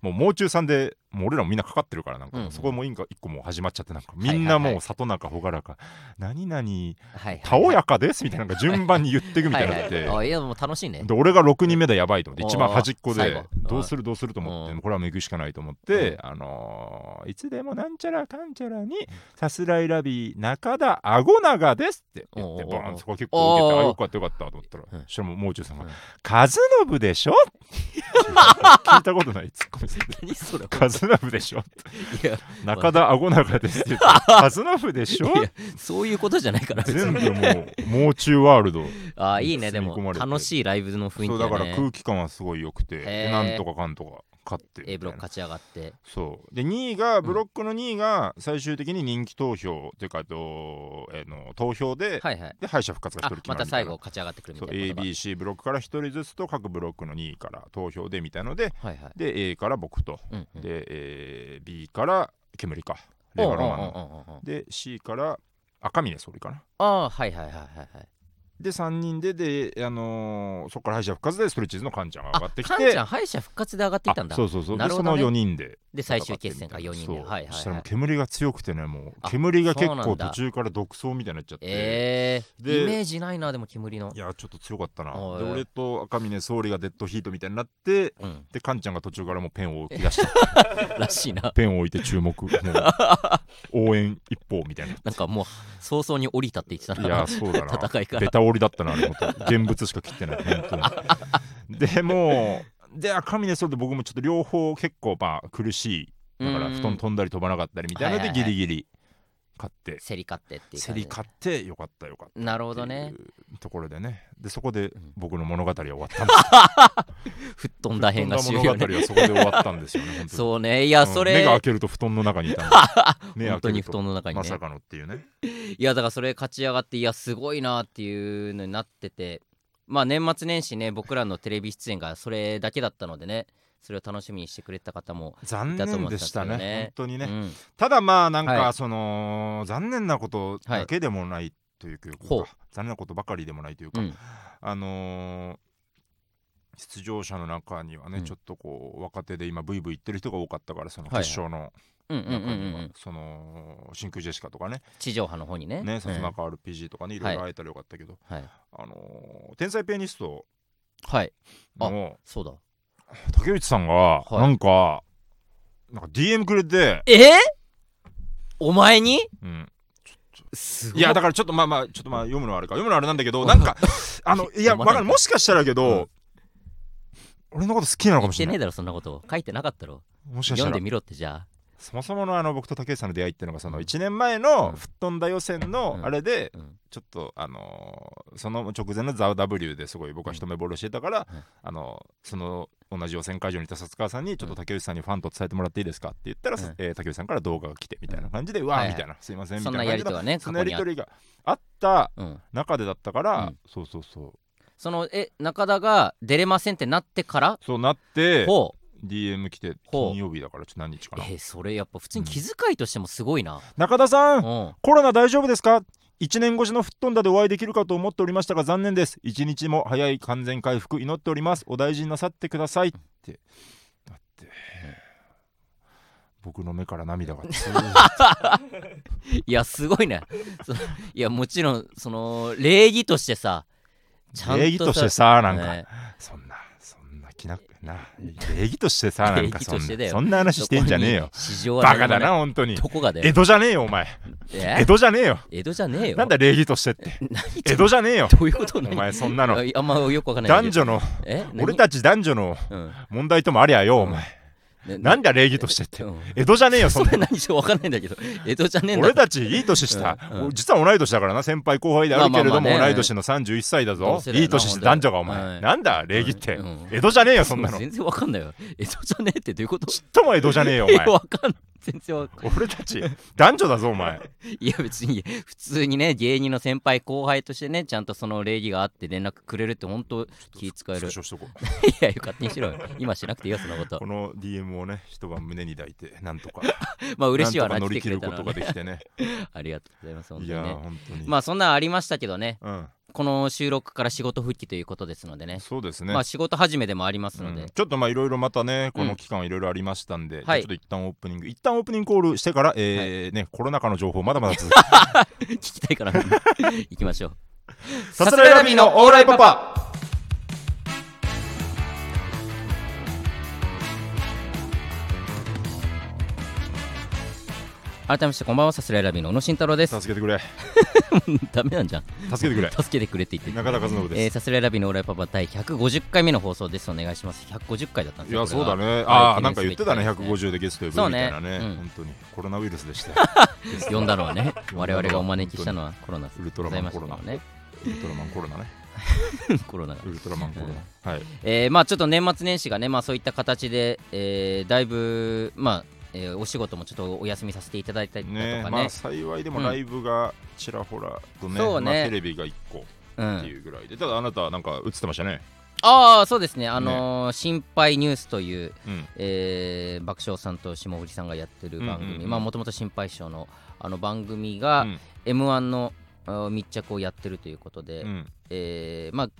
Speaker 2: もうもう中さんでもう俺らもみんなかかってるからなんか、
Speaker 1: うんうん
Speaker 2: そこもいいんか一個もう始まっちゃってなんか
Speaker 1: いはい
Speaker 2: みんなもう里中ほがらか何々
Speaker 1: はいはい
Speaker 2: たおやかですみたいななんか順番に言っていくみたいになって、
Speaker 1: はいはいあいやもう楽しいね
Speaker 2: で俺が6人目だやばいと思って
Speaker 1: おー
Speaker 2: 一番端っこ
Speaker 1: 最
Speaker 2: で
Speaker 1: 後
Speaker 2: どうするどうすると思っ
Speaker 1: う
Speaker 2: て
Speaker 1: ん
Speaker 2: これはもう行くしかないと思って、あのーいつでもなんちゃらかんちゃらにさすらいラビー中田あご長ですって言って
Speaker 1: おー
Speaker 2: ボーンそこ結構受け
Speaker 1: お
Speaker 2: て
Speaker 1: ー
Speaker 2: あよかったよかったと思ったら
Speaker 1: うん
Speaker 2: そしたらもうもう中さんが
Speaker 1: うん
Speaker 2: 「和信でしょ? 」聞いたことないツッコミする
Speaker 1: 何それ
Speaker 2: カズナフでしょ
Speaker 1: いや
Speaker 2: 中田あご長ですって言ってカズナフでしょ
Speaker 1: いやそういうことじゃないから別に
Speaker 2: 全部もうもう中ワールド
Speaker 1: ああいいねで
Speaker 2: 包み込
Speaker 1: も
Speaker 2: まれて
Speaker 1: 楽しいライブの雰囲
Speaker 2: そう
Speaker 1: 気
Speaker 2: だ
Speaker 1: だ
Speaker 2: から
Speaker 1: ね
Speaker 2: 空気感はすごい良くて
Speaker 1: へ
Speaker 2: で
Speaker 1: ー
Speaker 2: なんとかかんとか勝ってみたい
Speaker 1: A
Speaker 2: な
Speaker 1: ブロック勝ち上がって
Speaker 2: そうで2位が
Speaker 1: ん
Speaker 2: ブロックの2位が最終的に人気投票っていうかと、えーの投票で,、
Speaker 1: はいはい
Speaker 2: で敗者復活が1
Speaker 1: あ
Speaker 2: 人決ま
Speaker 1: ま
Speaker 2: る
Speaker 1: た
Speaker 2: みた
Speaker 1: 最
Speaker 2: いな
Speaker 1: 後勝ち上がってくるみ
Speaker 2: そう
Speaker 1: たいなことが
Speaker 2: ABC ブロックから1人ずつと各ブロックの2位から投票でみたいので
Speaker 1: はいはい
Speaker 2: で A から僕と、
Speaker 1: うんうん
Speaker 2: で、えー B から煙かレ
Speaker 1: おうお
Speaker 2: バ
Speaker 1: う
Speaker 2: ロ
Speaker 1: お
Speaker 2: マンの
Speaker 1: うおうおう
Speaker 2: で C から赤嶺総理かな
Speaker 1: ああはいはいはいはいはい
Speaker 2: で3人でで、あのーそこから敗者復活でストレッチーズのカンちゃんが上がってきて
Speaker 1: カンちゃん敗者復活で上がってきたんだ
Speaker 2: あそうそうそう、
Speaker 1: なる
Speaker 2: で
Speaker 1: ほ
Speaker 2: そ
Speaker 1: どね
Speaker 2: の4人で
Speaker 1: で最終決戦か4人で
Speaker 2: そう
Speaker 1: はいはい
Speaker 2: そしたら
Speaker 1: は
Speaker 2: もう
Speaker 1: い
Speaker 2: 煙が強くてねも
Speaker 1: あ
Speaker 2: う煙が結
Speaker 1: そうな
Speaker 2: 構
Speaker 1: んだ
Speaker 2: 途中から独走みたいになっちゃって、
Speaker 1: えー、
Speaker 2: で
Speaker 1: イメージないなでも煙の
Speaker 2: いやちょっと強かったな
Speaker 1: おい
Speaker 2: で俺と赤嶺総理がデッドヒートみたいになって
Speaker 1: うん
Speaker 2: でカンちゃんが途中からもうペンを置 き出して
Speaker 1: らしいな
Speaker 2: ペンを置いて注目もう応援一方みたいな
Speaker 1: なんかもう早々に降りたって言ってた
Speaker 2: いや
Speaker 1: な
Speaker 2: そうだな
Speaker 1: 戦いから
Speaker 2: ベタ折りだったなあれ本当現物しか切ってない本 当にでもうで赤嶺総理と僕もちょっと両方結構まあ苦しいだから
Speaker 1: うん
Speaker 2: 布団飛んだり飛ばなかったりみたいなの
Speaker 1: はい
Speaker 2: で
Speaker 1: はいはい
Speaker 2: ギリギリ勝って
Speaker 1: 競り勝ってっていう
Speaker 2: 競
Speaker 1: 感じ
Speaker 2: り勝ってよかったよかった
Speaker 1: なるほどね
Speaker 2: っていうところでねでそこで
Speaker 1: ん
Speaker 2: 僕の物語は終わったんです
Speaker 1: 吹っ飛 んだ
Speaker 2: 布
Speaker 1: 辺
Speaker 2: 団
Speaker 1: が
Speaker 2: の
Speaker 1: 終
Speaker 2: 物
Speaker 1: 了
Speaker 2: 語
Speaker 1: ね
Speaker 2: はそこで終わったんですよね本当に
Speaker 1: そうねいや
Speaker 2: うん
Speaker 1: それ、
Speaker 2: 目が開けると布団の中にいた んです目
Speaker 1: 本
Speaker 2: 開
Speaker 1: 当
Speaker 2: け
Speaker 1: に
Speaker 2: る
Speaker 1: 布
Speaker 2: と
Speaker 1: 団の中に
Speaker 2: ま
Speaker 1: ね
Speaker 2: さかのっていうね
Speaker 1: いやだからそれ勝ち上がっていやすごいなっていうのになっててまあ年末年始ね僕らのテレビ出演がそれだけだったのでねそれを楽しみにしてくれてた方も、
Speaker 2: 残念
Speaker 1: だ
Speaker 2: でしたね
Speaker 1: と思ったんですけどね
Speaker 2: 本当に
Speaker 1: う
Speaker 2: ね、
Speaker 1: ん、
Speaker 2: ただまあなん
Speaker 1: は
Speaker 2: か
Speaker 1: い
Speaker 2: その、残念なことだけでもないというか、
Speaker 1: ほう
Speaker 2: 残念なことばかりでもないという
Speaker 1: う
Speaker 2: か、
Speaker 1: ん、
Speaker 2: あのー出場者の中にはね、
Speaker 1: うん
Speaker 2: ちょっとこう若手で今ブイブイ言ってる人が多かったからその
Speaker 1: はい
Speaker 2: 決
Speaker 1: はい
Speaker 2: 勝の
Speaker 1: うんうんうんう
Speaker 2: 中
Speaker 1: ん
Speaker 2: に
Speaker 1: う
Speaker 2: は
Speaker 1: ん
Speaker 2: その真空ジェシカとかね
Speaker 1: 地上波の方にね
Speaker 2: ね
Speaker 1: う
Speaker 2: さす
Speaker 1: ん
Speaker 2: まか RPG とかねいろいろ会えたらよかったけど、
Speaker 1: はい、
Speaker 2: あのー天才ピアニスト
Speaker 1: はい、
Speaker 2: の
Speaker 1: そうだ
Speaker 2: 竹内さんが
Speaker 1: い
Speaker 2: なんか、なんか DM くれて、
Speaker 1: えー、お前に
Speaker 2: うん、
Speaker 1: すご
Speaker 2: い
Speaker 1: い
Speaker 2: やだからちょっとまあまあちょっとまあ読むのはあれか読むのはあれなんだけどなんかあのいや
Speaker 1: 読まない
Speaker 2: わかるもしかしたらけど、俺のこと好きなのか
Speaker 1: 言
Speaker 2: も
Speaker 1: っ
Speaker 2: して
Speaker 1: ね
Speaker 2: れな
Speaker 1: え
Speaker 2: い
Speaker 1: だろそんなこと書いてなかったろ
Speaker 2: もしかし
Speaker 1: 読
Speaker 2: た
Speaker 1: ん
Speaker 2: ら
Speaker 1: でみろってじゃ
Speaker 2: そもそものあの僕と竹内さんの出会いっていうのがその
Speaker 1: うん
Speaker 2: 1年前
Speaker 1: う
Speaker 2: の
Speaker 1: ん
Speaker 2: 吹っ飛んだ予選
Speaker 1: う
Speaker 2: の
Speaker 1: ん
Speaker 2: あれで
Speaker 1: あ、うん
Speaker 2: ちょっとあのーその直前の「ザ・ w ですごい僕は一目ぼれしてたから、
Speaker 1: うん
Speaker 2: あのその同じ予選会場にいた薩川さんに「ちょっと竹内さんにファンと伝えてもらっていいですか?」って言ったら、
Speaker 1: うん
Speaker 2: えー竹内さんから動画が来てみたいな感じで「う
Speaker 1: は
Speaker 2: わ
Speaker 1: い
Speaker 2: ー」
Speaker 1: はい
Speaker 2: みたいな「すいません」み
Speaker 1: そ
Speaker 2: たい
Speaker 1: んな
Speaker 2: な
Speaker 1: や
Speaker 2: 感
Speaker 1: り
Speaker 2: じ
Speaker 1: と
Speaker 2: の
Speaker 1: はね
Speaker 2: そ
Speaker 1: 過
Speaker 2: の
Speaker 1: 去
Speaker 2: や
Speaker 1: にあっ
Speaker 2: りとりがあった
Speaker 1: うん、
Speaker 2: 中でだったから、
Speaker 1: うん
Speaker 2: そうそうそう
Speaker 1: そのえ中田が出れませんってなってから
Speaker 2: そうなって
Speaker 1: ほう
Speaker 2: DM 来て
Speaker 1: ほう
Speaker 2: 金曜日だからちょっと何日かな
Speaker 1: えーそれやっぱ普通に気遣いとしてもすごいな、
Speaker 2: 中田さ
Speaker 1: うんん、
Speaker 2: コロナ大丈夫ですか1年越しの吹っ飛んだでお会いできるかと思っておりましたが残念です1日も早い完全回復祈っておりますお大事になさってくださいってだって僕の目から涙 がずーっと
Speaker 1: いやすごいねそいやもちろんその礼儀としてさちゃんとさ
Speaker 2: 礼儀としてさなんか
Speaker 1: ね
Speaker 2: そんなそんな気なくな礼儀として さなんかそん
Speaker 1: 礼儀としてだ
Speaker 2: な
Speaker 1: よ
Speaker 2: そんな話してんじゃねえよ
Speaker 1: そこに市場は
Speaker 2: バカだ
Speaker 1: 何も
Speaker 2: な本当
Speaker 1: い
Speaker 2: に
Speaker 1: どこがだ
Speaker 2: 江
Speaker 1: よ
Speaker 2: 戸じゃねえよお前
Speaker 1: え
Speaker 2: 江戸じゃねえよ
Speaker 1: 江戸じゃねえよ
Speaker 2: なんだ礼儀 としてって
Speaker 1: 何
Speaker 2: 江戸じゃねえよ
Speaker 1: どういうこと
Speaker 2: お前そん なの
Speaker 1: ああんまよくわかんない
Speaker 2: 男女の
Speaker 1: え何
Speaker 2: 俺たち男女の
Speaker 1: うん
Speaker 2: 問題ともありゃよお前
Speaker 1: ね
Speaker 2: なんだ礼儀としてって
Speaker 1: うん
Speaker 2: 江戸じゃねえよそ
Speaker 1: そ
Speaker 2: んな
Speaker 1: れ何しろわかんないんだけど江戸じゃねえんだ
Speaker 2: 俺たちいい年した、
Speaker 1: うんうん
Speaker 2: 実は同い年だからな先輩後輩であるけれども、
Speaker 1: まあまあまあね
Speaker 2: 同い年の31歳だ
Speaker 1: 同
Speaker 2: ぞ
Speaker 1: 世代だない
Speaker 2: い年して男女がお前、
Speaker 1: はい
Speaker 2: なんだ礼儀って、
Speaker 1: うんうん
Speaker 2: 江戸じゃねえよそんなのちっ
Speaker 1: 全然わかんないよ江戸じゃねえってどういうこと
Speaker 2: とも江戸じゃねえよ お
Speaker 1: え
Speaker 2: 前
Speaker 1: わかんない全然わかん
Speaker 2: 俺たち男女だぞお前
Speaker 1: いや別に普通にね芸人の先輩後輩としてねちゃんとその礼儀があって連絡くれるって本当気使える
Speaker 2: スクショしとこう
Speaker 1: いや勝手にしろよ今しなくていいよそんな こと
Speaker 2: この DM をね一晩胸に抱いてなんとか
Speaker 1: まあ嬉しいわ
Speaker 2: な
Speaker 1: なん
Speaker 2: とか乗
Speaker 1: 来て
Speaker 2: り
Speaker 1: く
Speaker 2: 切
Speaker 1: れ
Speaker 2: る
Speaker 1: たの
Speaker 2: こと
Speaker 1: は
Speaker 2: が
Speaker 1: ね
Speaker 2: できてね
Speaker 1: ありがとうございます本
Speaker 2: い
Speaker 1: 当
Speaker 2: や
Speaker 1: に
Speaker 2: ー
Speaker 1: ね
Speaker 2: 本当に
Speaker 1: まあそんなんありましたけどね
Speaker 2: う
Speaker 1: この収録から仕事復帰ということですのでね
Speaker 2: ん、そうですね、
Speaker 1: まあ仕事始めでもありますので、
Speaker 2: うんちょっとまあいろいろまたねこの期間いろいろありましたんで、
Speaker 1: ん
Speaker 2: じゃあ
Speaker 1: はい
Speaker 2: ちょっと一旦オープニング一旦オープニングコールしてから、えーねコロナ禍の情報まだまだ続く
Speaker 1: 聞きたいから みんな行きましょう
Speaker 2: さすらいラビーのオーライパパ
Speaker 1: 改めましてこんばんはさすらいラビーの小野慎太郎です
Speaker 2: 助けてくれ
Speaker 1: ダメなんじゃん
Speaker 2: 助けてく れ
Speaker 1: 助けてくれって言ってる
Speaker 2: 中田和信
Speaker 1: えー、
Speaker 2: です、
Speaker 1: さすらいラビーのオーライパパ第150回目の放送ですお願いします150回だったんです
Speaker 2: い
Speaker 1: よ
Speaker 2: やそうだ
Speaker 1: ね
Speaker 2: ね
Speaker 1: は
Speaker 2: あ
Speaker 1: い
Speaker 2: あなんか言ってたね
Speaker 1: 記念すべき回です
Speaker 2: 150でゲスト呼
Speaker 1: そう
Speaker 2: ぶみた
Speaker 1: ね
Speaker 2: いなね
Speaker 1: うん
Speaker 2: 本当にコロナウイルスでした
Speaker 1: 呼んだのは ね
Speaker 2: 呼んだのは
Speaker 1: 我々がお招きしたのはコロナ
Speaker 2: ウルトラ
Speaker 1: ござ
Speaker 2: マ
Speaker 1: い
Speaker 2: ン
Speaker 1: まし
Speaker 2: コ
Speaker 1: た
Speaker 2: ロ
Speaker 1: けど
Speaker 2: ナウ
Speaker 1: ね
Speaker 2: ルトラマンコロナね
Speaker 1: コロナが
Speaker 2: ウルトラマンコロナはい
Speaker 1: えーまあちょっと年末年始がね、まあ、そういった形で、えーだいぶ、まあえーお仕事もちょっとお休みさせていただいたりだとかね
Speaker 2: ねまあ幸いでも
Speaker 1: うん
Speaker 2: ライブがちらほらとね,、
Speaker 1: そうね
Speaker 2: まあ、テレビが1個
Speaker 1: う
Speaker 2: って
Speaker 1: ん、
Speaker 2: いうぐらいでただあなたなんか映ってましたね
Speaker 1: ああそうですね、あのー心配ニュースという、
Speaker 2: うん
Speaker 1: えー爆笑さんと霜降りさんがやってる番組、
Speaker 2: うんうんうん
Speaker 1: まあもともと心配性のあの番組が、
Speaker 2: うん
Speaker 1: m 1のあー密着をやってるということで、
Speaker 2: うん
Speaker 1: えーまあ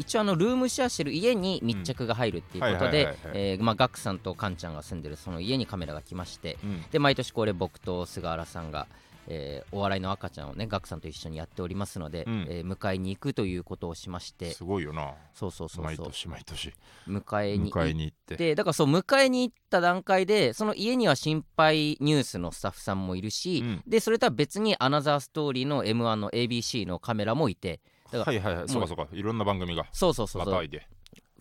Speaker 1: 一応あのルームシェアしてる家に密着が入るっていうこと
Speaker 2: うんはい
Speaker 1: で
Speaker 2: はいはいはい
Speaker 1: えーまあガクさんとカンちゃんが住んでるその家にカメラが来まして、
Speaker 2: うん
Speaker 1: で毎年これ僕と菅原さんが、えーお笑いの赤ちゃんをねガクさんと一緒にやっておりますので、
Speaker 2: うん
Speaker 1: えー迎えに行くということをしまして
Speaker 2: すごいよな
Speaker 1: そうそうそう
Speaker 2: 毎
Speaker 1: そう
Speaker 2: 年毎年
Speaker 1: 迎えに
Speaker 2: 迎え
Speaker 1: 行っ
Speaker 2: に行って
Speaker 1: てだからそう迎えに行った段階でその家には心配ニュースのスタッフさんもいるし、
Speaker 2: うん
Speaker 1: でそれとは別に「アナザーストーリー」の m 1の ABC のカメラもいてだか
Speaker 2: はいはいはいそうかそうかいろんな番組が
Speaker 1: そうそうそう
Speaker 2: ま
Speaker 1: そう、
Speaker 2: たいで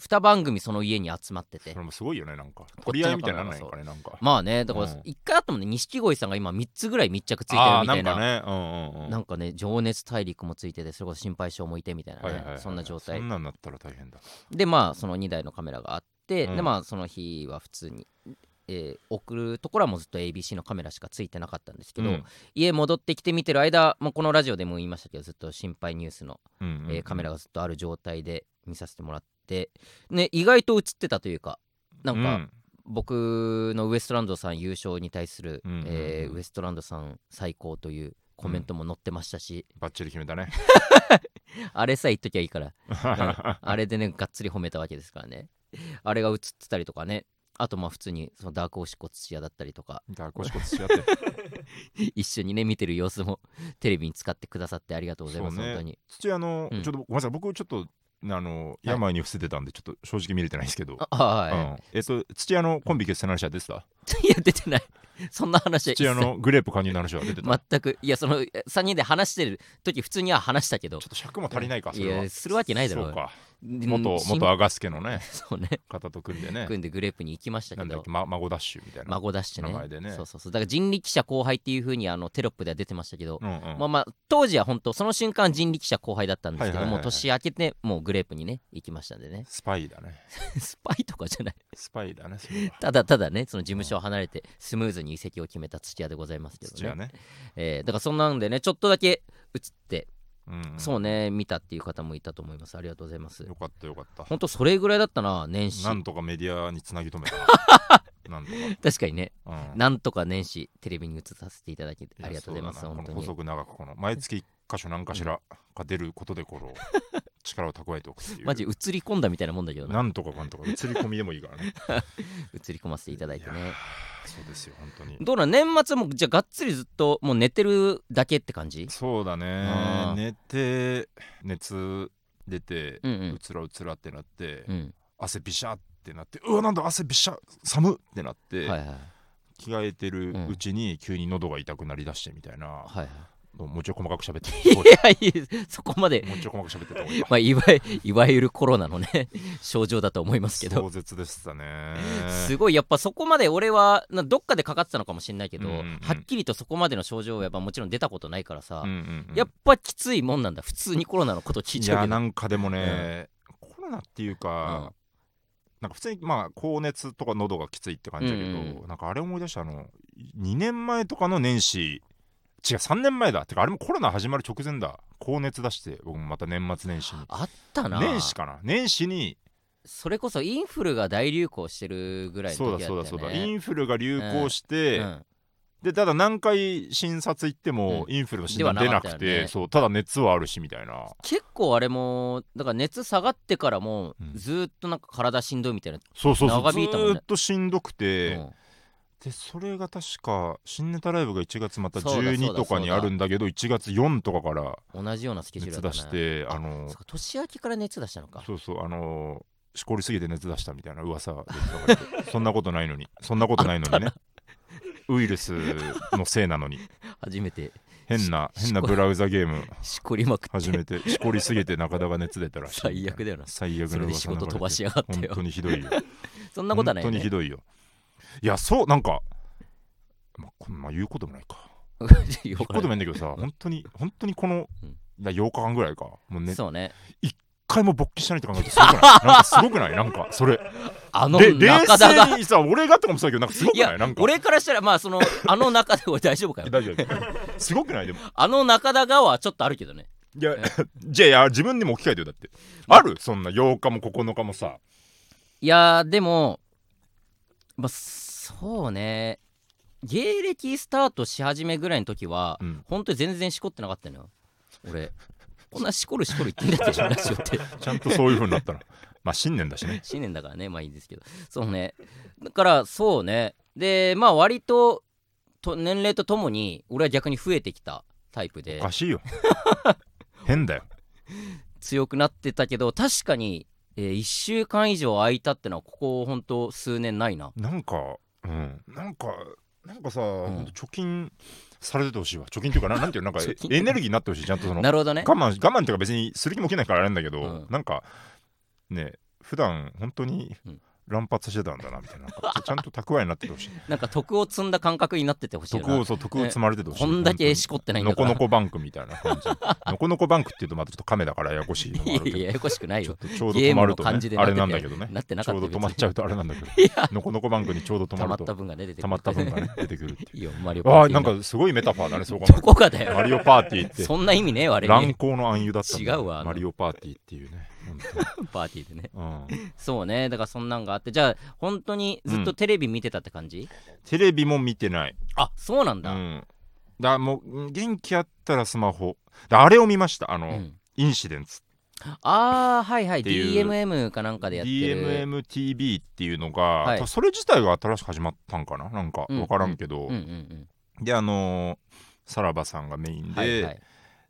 Speaker 1: 2番組その家に集まってて
Speaker 2: それもすごいよねなんか
Speaker 1: こっち
Speaker 2: 取
Speaker 1: の
Speaker 2: り合
Speaker 1: 方
Speaker 2: いみたいなのないんかねなんか
Speaker 1: まあねだから
Speaker 2: うん
Speaker 1: 1回あったもんね錦鯉さんが今3つぐらい密着ついてる
Speaker 2: ああー
Speaker 1: みたいな
Speaker 2: なんかねうんうんうん
Speaker 1: なんかね情熱大陸もついててそれこそ心配性もいてみたいなね、
Speaker 2: はいはいはいはい
Speaker 1: そんな状態
Speaker 2: そんなんなったら大変だ
Speaker 1: でまあその2台のカメラがあって、
Speaker 2: うん
Speaker 1: でまあその日は普通に、えー送るところはもうずっと ABC のカメラしかついてなかったんですけど、
Speaker 2: うん
Speaker 1: 家戻ってきて見てる間もうこのラジオでも言いましたけどずっと心配ニュースの、
Speaker 2: うんうんうん
Speaker 1: えーカメラがずっとある状態で見させてもらって、ね、意外と映ってたというかなんか、僕のウエストランドさん優勝に対する、
Speaker 2: うんうんうん
Speaker 1: えーウエストランドさん最高というコメントも載ってましたし、
Speaker 2: バッチリ決めたね
Speaker 1: あれさえ言っときゃい いからあれでねがっつり褒めたわけですからねあれが映ってたりとかねあとまあ普通にそのダークおしっこ土屋だったりとか
Speaker 2: だからゴシゴシし 合って
Speaker 1: 一緒にね見てる様子もテレビに使ってくださってありがとうございます、
Speaker 2: そうね
Speaker 1: 本当に
Speaker 2: 土屋の、
Speaker 1: うん
Speaker 2: ちょっとごめんなさい僕ちょっとあの
Speaker 1: い
Speaker 2: 病に伏せてたんでちょっと正直見れてないんですけど、
Speaker 1: あはい、
Speaker 2: うんえっと土屋のコンビ結成の話は出てた
Speaker 1: いや出てないそんな話は一切
Speaker 2: 土屋のグレープ加入の話は出てた、ちょ
Speaker 1: 全くいやその3人で話してる時普通には話したけど
Speaker 2: っと尺も足りないかそれ
Speaker 1: い
Speaker 2: は
Speaker 1: やするわけないだろ
Speaker 2: そうか
Speaker 1: 元
Speaker 2: 元元アガスケのね
Speaker 1: そうね
Speaker 2: 方と組んでね
Speaker 1: 組んでグレープに行きました
Speaker 2: な
Speaker 1: け
Speaker 2: んだっ
Speaker 1: ど
Speaker 2: け、ま、孫ダッシュみたいな
Speaker 1: 孫出してね
Speaker 2: 名前でね
Speaker 1: そうそうそうだから人力車後輩っていう風にあのテロップでは出てましたけど、
Speaker 2: うんうん
Speaker 1: まあまあ当時は本当その瞬間人力車後輩だったんですけど、
Speaker 2: はいはいはいは
Speaker 1: もう
Speaker 2: い
Speaker 1: 年明けてもうグレープにね行きましたん でね
Speaker 2: スパイだね
Speaker 1: スパイとかじゃない
Speaker 2: スパイだねそれは
Speaker 1: た だただねその事務所を離れてスムーズに移籍を決めた土屋でございますけど
Speaker 2: 土屋
Speaker 1: ね
Speaker 2: ね、
Speaker 1: えーだからそんなんでねちょっとだけ映って、
Speaker 2: うんうん
Speaker 1: そうね見たっていう方もいたと思いますありがとうございます
Speaker 2: よかったよかった
Speaker 1: 本当それぐらいだったな年始
Speaker 2: なんとかメディアにつなぎ止めた なんと
Speaker 1: 確かにね
Speaker 2: か、うん、
Speaker 1: なんとか年始テレビに映させていただき
Speaker 2: や
Speaker 1: ありがとうございます
Speaker 2: そうだな
Speaker 1: 本当
Speaker 2: この細
Speaker 1: に
Speaker 2: く長くこの毎月一箇所何かしらが出ることでこ の力を蓄えておくっていう
Speaker 1: マジ映り込んだみたいなもんだけどな
Speaker 2: なんとかかんとか映り込みでもいい からね
Speaker 1: 映り込ませていただいて
Speaker 2: や
Speaker 1: ね
Speaker 2: ーそうですよ本当に
Speaker 1: どうなん年末もじゃあがっつりずっともう寝てるだけって感じ
Speaker 2: そうだ
Speaker 1: あ
Speaker 2: ね
Speaker 1: ー
Speaker 2: 寝て熱出て
Speaker 1: うんう
Speaker 2: うんつらうつらってなって、
Speaker 1: うん
Speaker 2: 汗びしゃってなってうわなんだ汗びしゃ寒ってなって、
Speaker 1: はいはいはい
Speaker 2: 着替えてる
Speaker 1: うん
Speaker 2: うちに急に喉が痛くなりだしてみたいな、
Speaker 1: はい
Speaker 2: もうちょい細かく 喋って
Speaker 1: い
Speaker 2: もうちょ
Speaker 1: やいやそこまで
Speaker 2: い細かく喋ってた方がいいわ
Speaker 1: まあ、いわゆいわゆるコロナのね 症状だと思いますけど
Speaker 2: 壮絶でしたね
Speaker 1: すごいやっぱそこまで俺はなどっかでかかってたのかもしれないけど、
Speaker 2: うんうんうん
Speaker 1: はっきりとそこまでの症状はやっぱもちろん出たことないからさ、
Speaker 2: うんうんうん
Speaker 1: やっぱきついもんなんだ普通にコロナのこと聞い
Speaker 2: い
Speaker 1: ちゃう
Speaker 2: や
Speaker 1: けど
Speaker 2: なんかでもね、コロナっていうか、なんか普通にまあ高熱とか喉がきついって感じだけ
Speaker 1: う
Speaker 2: ど、
Speaker 1: んうん
Speaker 2: なんかあれ思い出したあの2年前とかの年始違う3年前だてかあれもコロナ始まる直前だ高熱出して僕もまた年末年始に
Speaker 1: あったな
Speaker 2: 年始かな年始に
Speaker 1: それこそインフルが大流行してるぐらいの時
Speaker 2: そ
Speaker 1: だっ
Speaker 2: う
Speaker 1: たよ、
Speaker 2: だそう
Speaker 1: ね、
Speaker 2: だそうだインフルが流行して、
Speaker 1: うん
Speaker 2: でただ何回診察行っても
Speaker 1: う
Speaker 2: インフルの診断
Speaker 1: で
Speaker 2: 出なく
Speaker 1: はなかった
Speaker 2: て
Speaker 1: よね
Speaker 2: そうただ熱はあるしみたいな
Speaker 1: 結構あれもだから熱下がってからも
Speaker 2: うん
Speaker 1: ずーっとなんか体しんどいみたいな、
Speaker 2: そうそうそう
Speaker 1: 長引いたもんね
Speaker 2: ずーっとしんどくて、
Speaker 1: うん
Speaker 2: でそれが確か新ネタライブが1月また
Speaker 1: そうだそうだ
Speaker 2: 12とかにあるんだけど1月4とかから
Speaker 1: 同じようなスケジュー
Speaker 2: 熱
Speaker 1: ルだ
Speaker 2: 出
Speaker 1: った、ね、
Speaker 2: してあの
Speaker 1: そっか年明けから熱出したのか
Speaker 2: そうそうあのしこりすぎて熱出したみたいな噂が出てたから そんなことないのにそんなことないの にねウイルスのせいなのに
Speaker 1: 初めて
Speaker 2: 変な
Speaker 1: し
Speaker 2: 変なブラウザゲーム
Speaker 1: しこりまくっ
Speaker 2: 始
Speaker 1: て
Speaker 2: めてしこりすぎて中田が熱出たらしいみたい
Speaker 1: 最悪だよな
Speaker 2: 最悪
Speaker 1: そ
Speaker 2: の
Speaker 1: れ
Speaker 2: 噂
Speaker 1: で仕事
Speaker 2: 流れて
Speaker 1: 飛ばしやがって
Speaker 2: 本
Speaker 1: よ
Speaker 2: 当にひどいよ
Speaker 1: そんなことはないよ
Speaker 2: 本当にひ
Speaker 1: ね
Speaker 2: どいよいやそうなんかまあこんまあ言うこともないか
Speaker 1: いや
Speaker 2: 引くこともないんだけどさ、本当に、本当にこの、
Speaker 1: うん
Speaker 2: だ8日間ぐらいか、もうね、一
Speaker 1: そうね
Speaker 2: 回も勃起しないって考えるとすごくないなんかすごく ないなんか、それ。
Speaker 1: あの
Speaker 2: で、
Speaker 1: 中田
Speaker 2: 冷
Speaker 1: が
Speaker 2: 静にさ、俺がとかもそうだけど、なんかすごく
Speaker 1: い
Speaker 2: ない
Speaker 1: や
Speaker 2: なん か。
Speaker 1: 俺からしたらまあそのあの中で 俺大丈夫かよ
Speaker 2: 大丈夫。すごくない でも。
Speaker 1: あの中田がはちょっとあるけどね
Speaker 2: いや、じゃあいや、自分でも置き換えてよ、だって。あるそんな8日も9日もさ。
Speaker 1: いやーでもまあそうね芸歴スタートし始めぐらいの時は、
Speaker 2: うん
Speaker 1: 本当に全然しこってなかったのよ俺こんなしこるしこる言ってんだけどラジオって
Speaker 2: ちゃんとそういう風になったら。 まあ、新年だしね。
Speaker 1: 新年だからねまあいいんですけどそうねだからそうねでまあ割とと年齢とともに俺は逆に増えてきたタイプ
Speaker 2: お
Speaker 1: で
Speaker 2: か しいよ。変だよ。
Speaker 1: 強くなってたけど確かに、え1週間以上空いたってのはここ本当数年ないな
Speaker 2: なんか、うん、なんか、なんかさ、
Speaker 1: ん
Speaker 2: ほんと貯金されててほしいわ。貯金っていうか、ななんていうの、なんか
Speaker 1: 貯金
Speaker 2: エネルギーになってほしい。ちゃんとその、
Speaker 1: なるほどね
Speaker 2: 我慢、我慢っていうか別にする気も起きないからあれなんだけど、
Speaker 1: うん
Speaker 2: なんか、ね、普段本当に
Speaker 1: うん
Speaker 2: 乱発してたんだな、みたいな。なんかちゃんと蓄えに なっててほしい。
Speaker 1: なんか徳を積んだ感覚になっててほしいよ
Speaker 2: 徳
Speaker 1: な
Speaker 2: を、そう、徳を積まれててほしい。
Speaker 1: こんだけしこってないんだ
Speaker 2: の
Speaker 1: か
Speaker 2: こ
Speaker 1: ら
Speaker 2: のこバンクみたいな感じ。のこのこバンクっていうとまたちょっと亀だからややこしいのもあるけ
Speaker 1: いや
Speaker 2: ど
Speaker 1: いやややこしくない
Speaker 2: ちょっ
Speaker 1: よ
Speaker 2: とちょうど止まると、
Speaker 1: ゲームの感
Speaker 2: ね
Speaker 1: じで、な
Speaker 2: あ
Speaker 1: って
Speaker 2: れ
Speaker 1: て
Speaker 2: なんだけどね。
Speaker 1: なってな
Speaker 2: ち
Speaker 1: かっ
Speaker 2: ょ
Speaker 1: た
Speaker 2: うど止まっちゃうとあれなんだけど、のこのこバンクにちょうど止
Speaker 1: た
Speaker 2: ま
Speaker 1: ま
Speaker 2: る
Speaker 1: っ
Speaker 2: と
Speaker 1: た分が出てて
Speaker 2: 溜まった分がね出てくるっていう
Speaker 1: いいよマリオパ
Speaker 2: あ
Speaker 1: ー
Speaker 2: あ
Speaker 1: ティー
Speaker 2: なん
Speaker 1: の
Speaker 2: かすごいメタファーだねそう考え
Speaker 1: ど
Speaker 2: る
Speaker 1: こがだ
Speaker 2: と
Speaker 1: よ
Speaker 2: マリオパーティーって
Speaker 1: そんな意味ねえ我々
Speaker 2: 乱
Speaker 1: に
Speaker 2: 行の暗誘だったんだ
Speaker 1: 違うわあんな
Speaker 2: マリオパーティーっていうね本
Speaker 1: パーティーでね
Speaker 2: 当にうん
Speaker 1: そうねだからそんなんがあってじゃあ本当にずっとテレビ見てたって感じ、
Speaker 2: テレビも見てない
Speaker 1: あそうなん
Speaker 2: う
Speaker 1: だ、
Speaker 2: んだもう元気あったらスマホだあれを見ましたあ
Speaker 1: う
Speaker 2: の
Speaker 1: ん
Speaker 2: インシデンツ
Speaker 1: ああはいはい
Speaker 2: っていう
Speaker 1: DMM かなんかでやってる
Speaker 2: DMMTV っていうのが、
Speaker 1: い
Speaker 2: それ自体が新しく始まったんかななんか
Speaker 1: うん
Speaker 2: 分からんけど、
Speaker 1: うんうん
Speaker 2: であのーさらばさんがメイ
Speaker 1: う
Speaker 2: ン
Speaker 1: ん
Speaker 2: で,、
Speaker 1: はいはい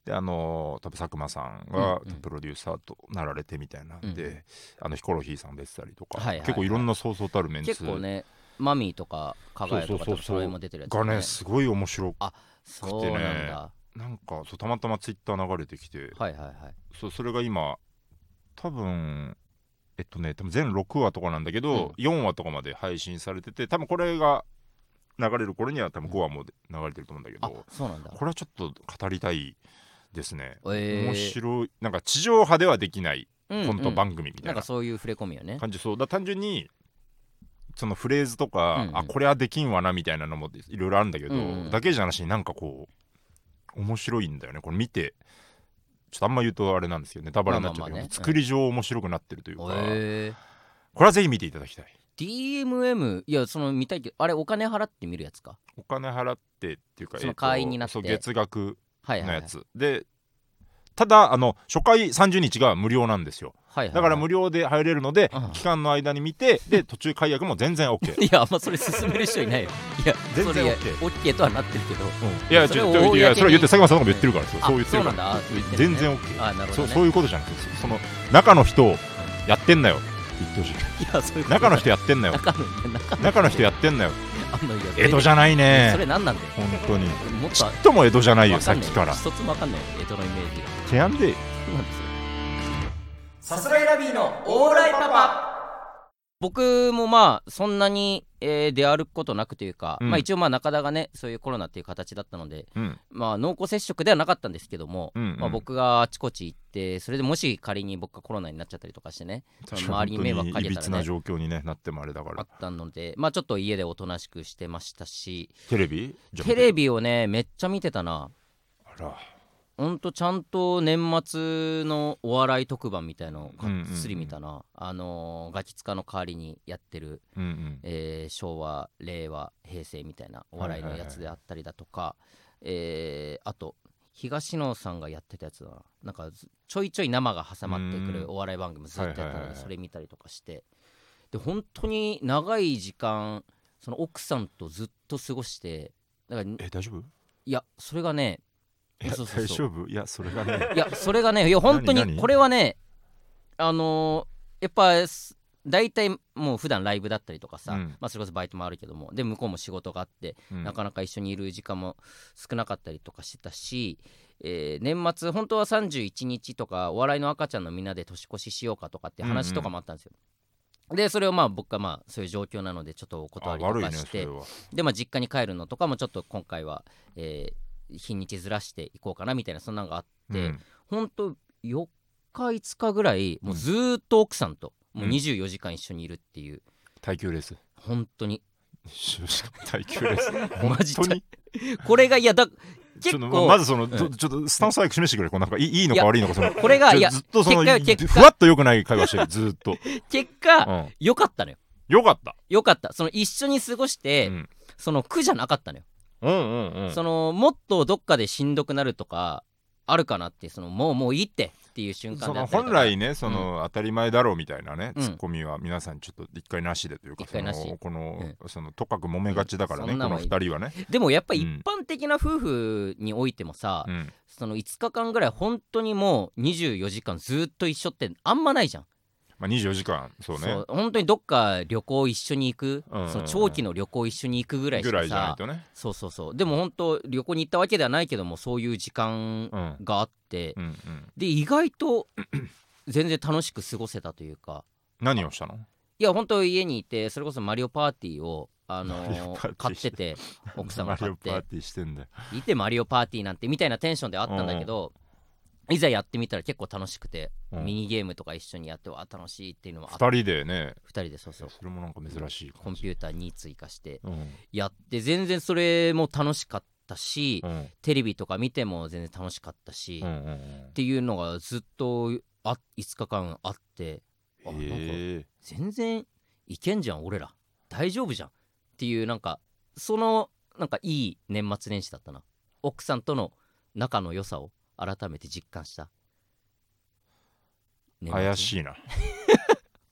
Speaker 2: であのー多分佐久間さんが
Speaker 1: うんうん
Speaker 2: プロデューサーとなられてみたいなんで、
Speaker 1: うんうん
Speaker 2: あのヒコロヒーさん出てたりとか、
Speaker 1: はいはいはい
Speaker 2: 結構いろんなそうそうたるメンツ
Speaker 1: 結構ねマミーとか加賀谷とか
Speaker 2: そ
Speaker 1: 多
Speaker 2: うそうそう
Speaker 1: 分その辺も出てるやつ
Speaker 2: がねすごい面白く
Speaker 1: そうなんだ
Speaker 2: なんかそうたまたまツイッター流れてきて
Speaker 1: はいはいはい
Speaker 2: そうそれが今多分えっとね多分全6話とかなんだけど、4話とかまで配信されてて多分これが流れる頃には多分5話も流れてると思うんだけ
Speaker 1: あ
Speaker 2: ど、
Speaker 1: そうなんだ
Speaker 2: これはちょっと語りたいですね、
Speaker 1: えー
Speaker 2: 面白いなんか地上波ではできない
Speaker 1: うんうん
Speaker 2: コント番組みた
Speaker 1: ないんか
Speaker 2: な
Speaker 1: そういう触れ込みよね
Speaker 2: 感じそうだ単純にそのフレーズとか、
Speaker 1: うんうん
Speaker 2: あこれはできんわなみたいなのもいろいろあるんだけど、
Speaker 1: うんうん
Speaker 2: だけじゃなしになんかこう面白いんだよねこれ見てちょっとあんま言うとあれなんですけどネタバレになっちゃうけど、
Speaker 1: まあまあまあね
Speaker 2: 作り上面白くなってるというか、
Speaker 1: えー
Speaker 2: これはぜひ見ていただきたい
Speaker 1: DMM いやその見たいけどあれお金払って見るやつか
Speaker 2: お金払ってっていうか
Speaker 1: その
Speaker 2: えーと
Speaker 1: 会員になって
Speaker 2: そう月額
Speaker 1: はい
Speaker 2: の
Speaker 1: はい
Speaker 2: や
Speaker 1: はい
Speaker 2: つ、でただあの初回30日が無料なんですよ
Speaker 1: はいはい
Speaker 2: だから
Speaker 1: 無
Speaker 2: 無料で入れるので、
Speaker 1: うん
Speaker 2: 期間の間に見て で途中解約も全然 OK
Speaker 1: 理いやあんまそれ進める人いないよいや
Speaker 2: 全然
Speaker 1: それいや
Speaker 2: OK
Speaker 1: OK とはなってるけど
Speaker 2: いや、
Speaker 1: そ
Speaker 2: ち
Speaker 1: れ
Speaker 2: ょ
Speaker 1: を
Speaker 2: っと、いや、
Speaker 1: 公に
Speaker 2: それは言って、佐久間さんとかも言ってるから、そう
Speaker 1: あ
Speaker 2: そう言ってるか
Speaker 1: そうなんだ
Speaker 2: ら
Speaker 1: あ言って、るね
Speaker 2: 全然 OK。
Speaker 1: あなるほ
Speaker 2: そ
Speaker 1: ど
Speaker 2: う
Speaker 1: ね
Speaker 2: そういうことじゃなくて、その中の人をやってんなよって言ってほしい。
Speaker 1: いやそういうこと
Speaker 2: 中の人やって んなよ。
Speaker 1: 中の中の
Speaker 2: 中の人やってんなよ。
Speaker 1: あのいや
Speaker 2: 江戸じゃない
Speaker 1: それ
Speaker 2: ね。
Speaker 1: 何なんだよ
Speaker 2: 本当に。
Speaker 1: もっ
Speaker 2: ち
Speaker 1: と
Speaker 2: っとも江戸じゃないよ、
Speaker 1: わ
Speaker 2: さ
Speaker 1: かん
Speaker 2: っ
Speaker 1: ね
Speaker 2: き
Speaker 1: え
Speaker 2: から。
Speaker 1: 一つもわかんない江戸のイメージが
Speaker 2: 手やんで。
Speaker 1: そうなんですよ
Speaker 3: さすらいラビーのオーライパパ
Speaker 1: 僕もまあそんなに、えー出歩くことなくというか、
Speaker 2: うん
Speaker 1: まあ一応まあ中田がねそういうコロナっていう形だったので
Speaker 2: うん。
Speaker 1: まあ濃厚接触ではなかったんですけども、
Speaker 2: うんうん
Speaker 1: まあ、僕があちこち行ってそれでもし仮に僕がコロナになっちゃったりとかしてねその周りに迷惑かけ
Speaker 2: いび
Speaker 1: た
Speaker 2: つ
Speaker 1: ら
Speaker 2: な
Speaker 1: ね
Speaker 2: 状況にねなってもあれだか
Speaker 1: あっ
Speaker 2: ら。
Speaker 1: たのでまあちょっと家でおとなしくしてましたし
Speaker 2: テレビじゃ
Speaker 1: テレビをねめっちゃ見てたな
Speaker 2: あら。
Speaker 1: ほんとちゃんと年末のお笑い特番みたいのをがっつり見たな、あのーガキ使の代わりにやってる
Speaker 2: うんうん。
Speaker 1: えー昭和令和平成みたいなお笑いのやつであったりだとか、えーあと東野さんがやってたやつだななんかずちょいちょい生が挟まってく
Speaker 2: うーん
Speaker 1: るお笑い番組もずっとやってたので、
Speaker 2: はいはいはい
Speaker 1: それ見たりとかしてで本当に長い時間その奥さんとずっと過ごしてだから
Speaker 2: え、大丈夫
Speaker 1: いやそれがね
Speaker 2: いや
Speaker 1: そうそう
Speaker 2: 大
Speaker 1: そ
Speaker 2: 丈
Speaker 1: う
Speaker 2: 夫いや、それ がね。
Speaker 1: いやそれがねいや本当
Speaker 2: 何
Speaker 1: に
Speaker 2: 何
Speaker 1: これはねあのーやっぱす大体もう普段ライブだったりとかさ、
Speaker 2: うん
Speaker 1: まあ、それこそバイトもあるけどもで向こうも仕事があって
Speaker 2: うん
Speaker 1: なかなか一緒にいる時間も少なかったりとかしてたし、えー年末本当は31日とかお笑いの赤ちゃんのみんなで年越ししようかとかって話とかもあったんですよ。でそれをまあ僕がまあそういう状況なのでちょっとお
Speaker 2: あ
Speaker 1: 断りと
Speaker 2: 悪い
Speaker 1: か
Speaker 2: ね、
Speaker 1: し
Speaker 2: そ
Speaker 1: て、
Speaker 2: れは。
Speaker 1: でまあ実家に帰るのとかもちょっと今回は、えー日にちずらしていこうかなみたいなそんなのがあって、
Speaker 2: うん
Speaker 1: ほんと4日5日ぐらいもうずーっと奥さんともう24時間一緒にいるっていう、
Speaker 2: 耐久レース。
Speaker 1: 本当に
Speaker 2: 耐久レース。
Speaker 1: マジ
Speaker 2: 本当に
Speaker 1: これがいやだ
Speaker 2: ち
Speaker 1: 結
Speaker 2: ょっと
Speaker 1: 構
Speaker 2: まずその、どちょっとスタンス早く示してくれ、こうなんかいいいいの
Speaker 1: い
Speaker 2: か
Speaker 1: や
Speaker 2: 悪いのか、その、
Speaker 1: これが
Speaker 2: ず
Speaker 1: いや
Speaker 2: ずっとその、
Speaker 1: 結果よ結果
Speaker 2: ふわっと良くない会話してる、ずっと。
Speaker 1: 結果、
Speaker 2: うん
Speaker 1: 良かったのよ
Speaker 2: よかった。
Speaker 1: 良かったその一緒に過ごして、
Speaker 2: うん
Speaker 1: その苦じゃなかったのよ、
Speaker 2: うんうんうん
Speaker 1: そのもっとどっかでしんどくなるとかあるかなってそのもうもういいってっていう瞬間
Speaker 2: そ
Speaker 1: であ
Speaker 2: の
Speaker 1: ったりと
Speaker 2: 本
Speaker 1: か
Speaker 2: 来ね、その、当たり前だろうみたいなね、
Speaker 1: うん
Speaker 2: ツッコミは皆さんちょっと一回なしでというか、
Speaker 1: 一回なし
Speaker 2: そのこの、そのとかく揉めがちだからね、
Speaker 1: うんそんなの
Speaker 2: この
Speaker 1: はいい
Speaker 2: 二人はね。
Speaker 1: でもやっぱり一般的な夫婦においてもさ、
Speaker 2: うん
Speaker 1: その5日間ぐらい本当にもう24時間ずっと一緒ってあんまないじゃん
Speaker 2: まあ、24時間、そうね、
Speaker 1: 本当にどっか旅行一緒に行く、
Speaker 2: うんうんうん
Speaker 1: その長期の旅行一緒に行くぐらいし
Speaker 2: ぐ
Speaker 1: から
Speaker 2: いじゃない
Speaker 1: さ
Speaker 2: とね。
Speaker 1: そうそうそうでも本当旅行に行ったわけではないけどもそういう時間
Speaker 2: うん。
Speaker 1: があって、
Speaker 2: うんうん、
Speaker 1: で意外と 全然楽しく過ごせたというか
Speaker 2: 何をしたの
Speaker 1: いや本当家にいてそれこそマリオパーティーを、あ
Speaker 2: マリオ
Speaker 1: の
Speaker 2: パーティー
Speaker 1: 買ってて奥さんが
Speaker 2: マリ
Speaker 1: 買
Speaker 2: オ
Speaker 1: っ
Speaker 2: パー
Speaker 1: て
Speaker 2: ティーしてんだよ。
Speaker 1: いてマリオパーティーなんてみたいなテンションではあったんだけど、いざやってみたら結構楽しくて、
Speaker 2: うん
Speaker 1: ミニゲームとか一緒にやってわあ楽しいっていうのはあっ
Speaker 2: 二人でね、
Speaker 1: 2人でそうそう
Speaker 2: それもなんか珍しい
Speaker 1: コ
Speaker 2: 感
Speaker 1: ン
Speaker 2: じ。
Speaker 1: ピューターに追加して
Speaker 2: うん
Speaker 1: やって全然それも楽しかったし、
Speaker 2: うん
Speaker 1: テレビとか見ても全然楽しかったし、
Speaker 2: うん
Speaker 1: っ
Speaker 2: うんうん
Speaker 1: ていうのがずっとあ5日間あってあなんか
Speaker 2: へえ
Speaker 1: 全然いけんじゃん俺ら大丈夫じゃんっていうなんかそのなんかいい年末年始だったな奥さんとの仲の良さを改めて実感した年末
Speaker 2: 怪しいな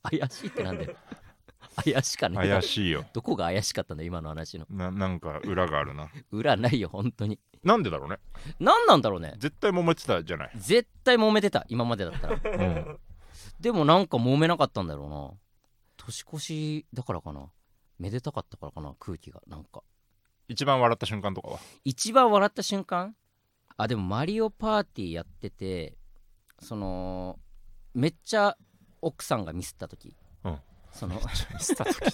Speaker 1: 怪しいってなんだよ怪しかね
Speaker 2: 怪
Speaker 1: い
Speaker 2: しいよ
Speaker 1: どこが怪しかったんだよ今の話の
Speaker 2: ななんか裏がある な
Speaker 1: 裏ないよ本当に
Speaker 2: なんでだろうね
Speaker 1: 何なんだろうね
Speaker 2: 絶対揉めてたじゃない、
Speaker 1: 絶対揉めてた今までだったら
Speaker 2: うん、
Speaker 1: でもなんか揉めなかったんだろうな年越しだからかなめでたかったからかな空気がなんか
Speaker 2: 一番笑った瞬間とかは
Speaker 1: 一番笑った瞬間あでもマリオパーティーやっててそのめっちゃ奥さんがミスった時、
Speaker 2: うん
Speaker 1: その
Speaker 2: スター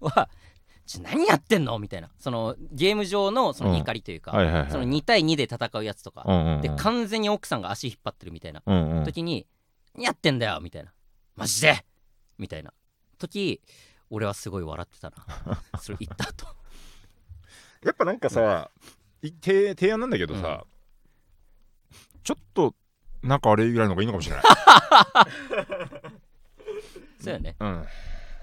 Speaker 2: ト
Speaker 1: は「ちょ何やってんの?」みたいなそのゲーム上のその怒りというか、
Speaker 2: はいはいはい
Speaker 1: その2対2で戦うやつとか、
Speaker 2: うんうんうん
Speaker 1: で完全に奥さんが足引っ張ってるみたいな
Speaker 2: うんうん
Speaker 1: 時に「何やってんだよ」みたいな「マジで!」みたいな時俺はすごい笑ってた なそれ言った後
Speaker 2: やっぱなんかさ、い提提案なんだけどさ、ちょっとなんかあれぐらいの方がいいのか もしれない。
Speaker 1: そうよね
Speaker 2: うん、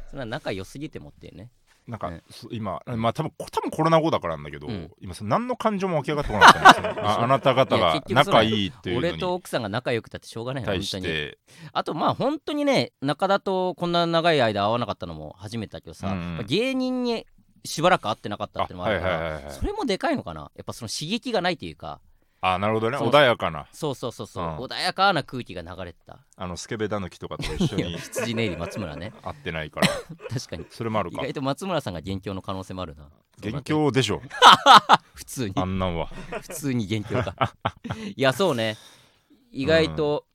Speaker 1: そんな仲良すぎてもっていうね
Speaker 2: なんか、
Speaker 1: ね
Speaker 2: そ今、まあ多分こ多分コロナ後だからなんだけど、
Speaker 1: うん
Speaker 2: 今その何の感情も湧き上がってこなかっ たんですよああなた方
Speaker 1: いや
Speaker 2: が
Speaker 1: 結局そう
Speaker 2: 仲いいっていう
Speaker 1: 俺と
Speaker 2: のに
Speaker 1: 奥さんが仲良くたってしょうがないよ
Speaker 2: 対
Speaker 1: 本
Speaker 2: し
Speaker 1: 当に
Speaker 2: て、
Speaker 1: あとまあ本当にね中田とこんな長い間会わなかったのも初めてだけどさ、
Speaker 2: うんうん
Speaker 1: まあ芸人にしばらく会ってなかった
Speaker 2: あ
Speaker 1: ってのもあ
Speaker 2: はいは
Speaker 1: る
Speaker 2: い
Speaker 1: から、
Speaker 2: はいはい
Speaker 1: そ。れもでかいのかなやっぱその刺激がないというか
Speaker 2: あなるほどね、
Speaker 1: そう
Speaker 2: 穏やかな、
Speaker 1: そうそうそうそう、
Speaker 2: うん
Speaker 1: 穏やかな空気が流れてた
Speaker 2: あのスケベだぬきとかと一緒
Speaker 1: いや
Speaker 2: に
Speaker 1: 羊ネイリ松村ね
Speaker 2: 会ってないから、
Speaker 1: 確かに
Speaker 2: それもある
Speaker 1: 意
Speaker 2: か。
Speaker 1: 外と松村さんが元凶の可能性もあるな
Speaker 2: 元凶で しょ、
Speaker 1: 普通に
Speaker 2: あんなんは。
Speaker 1: 普通に元凶か いやそうね意外と、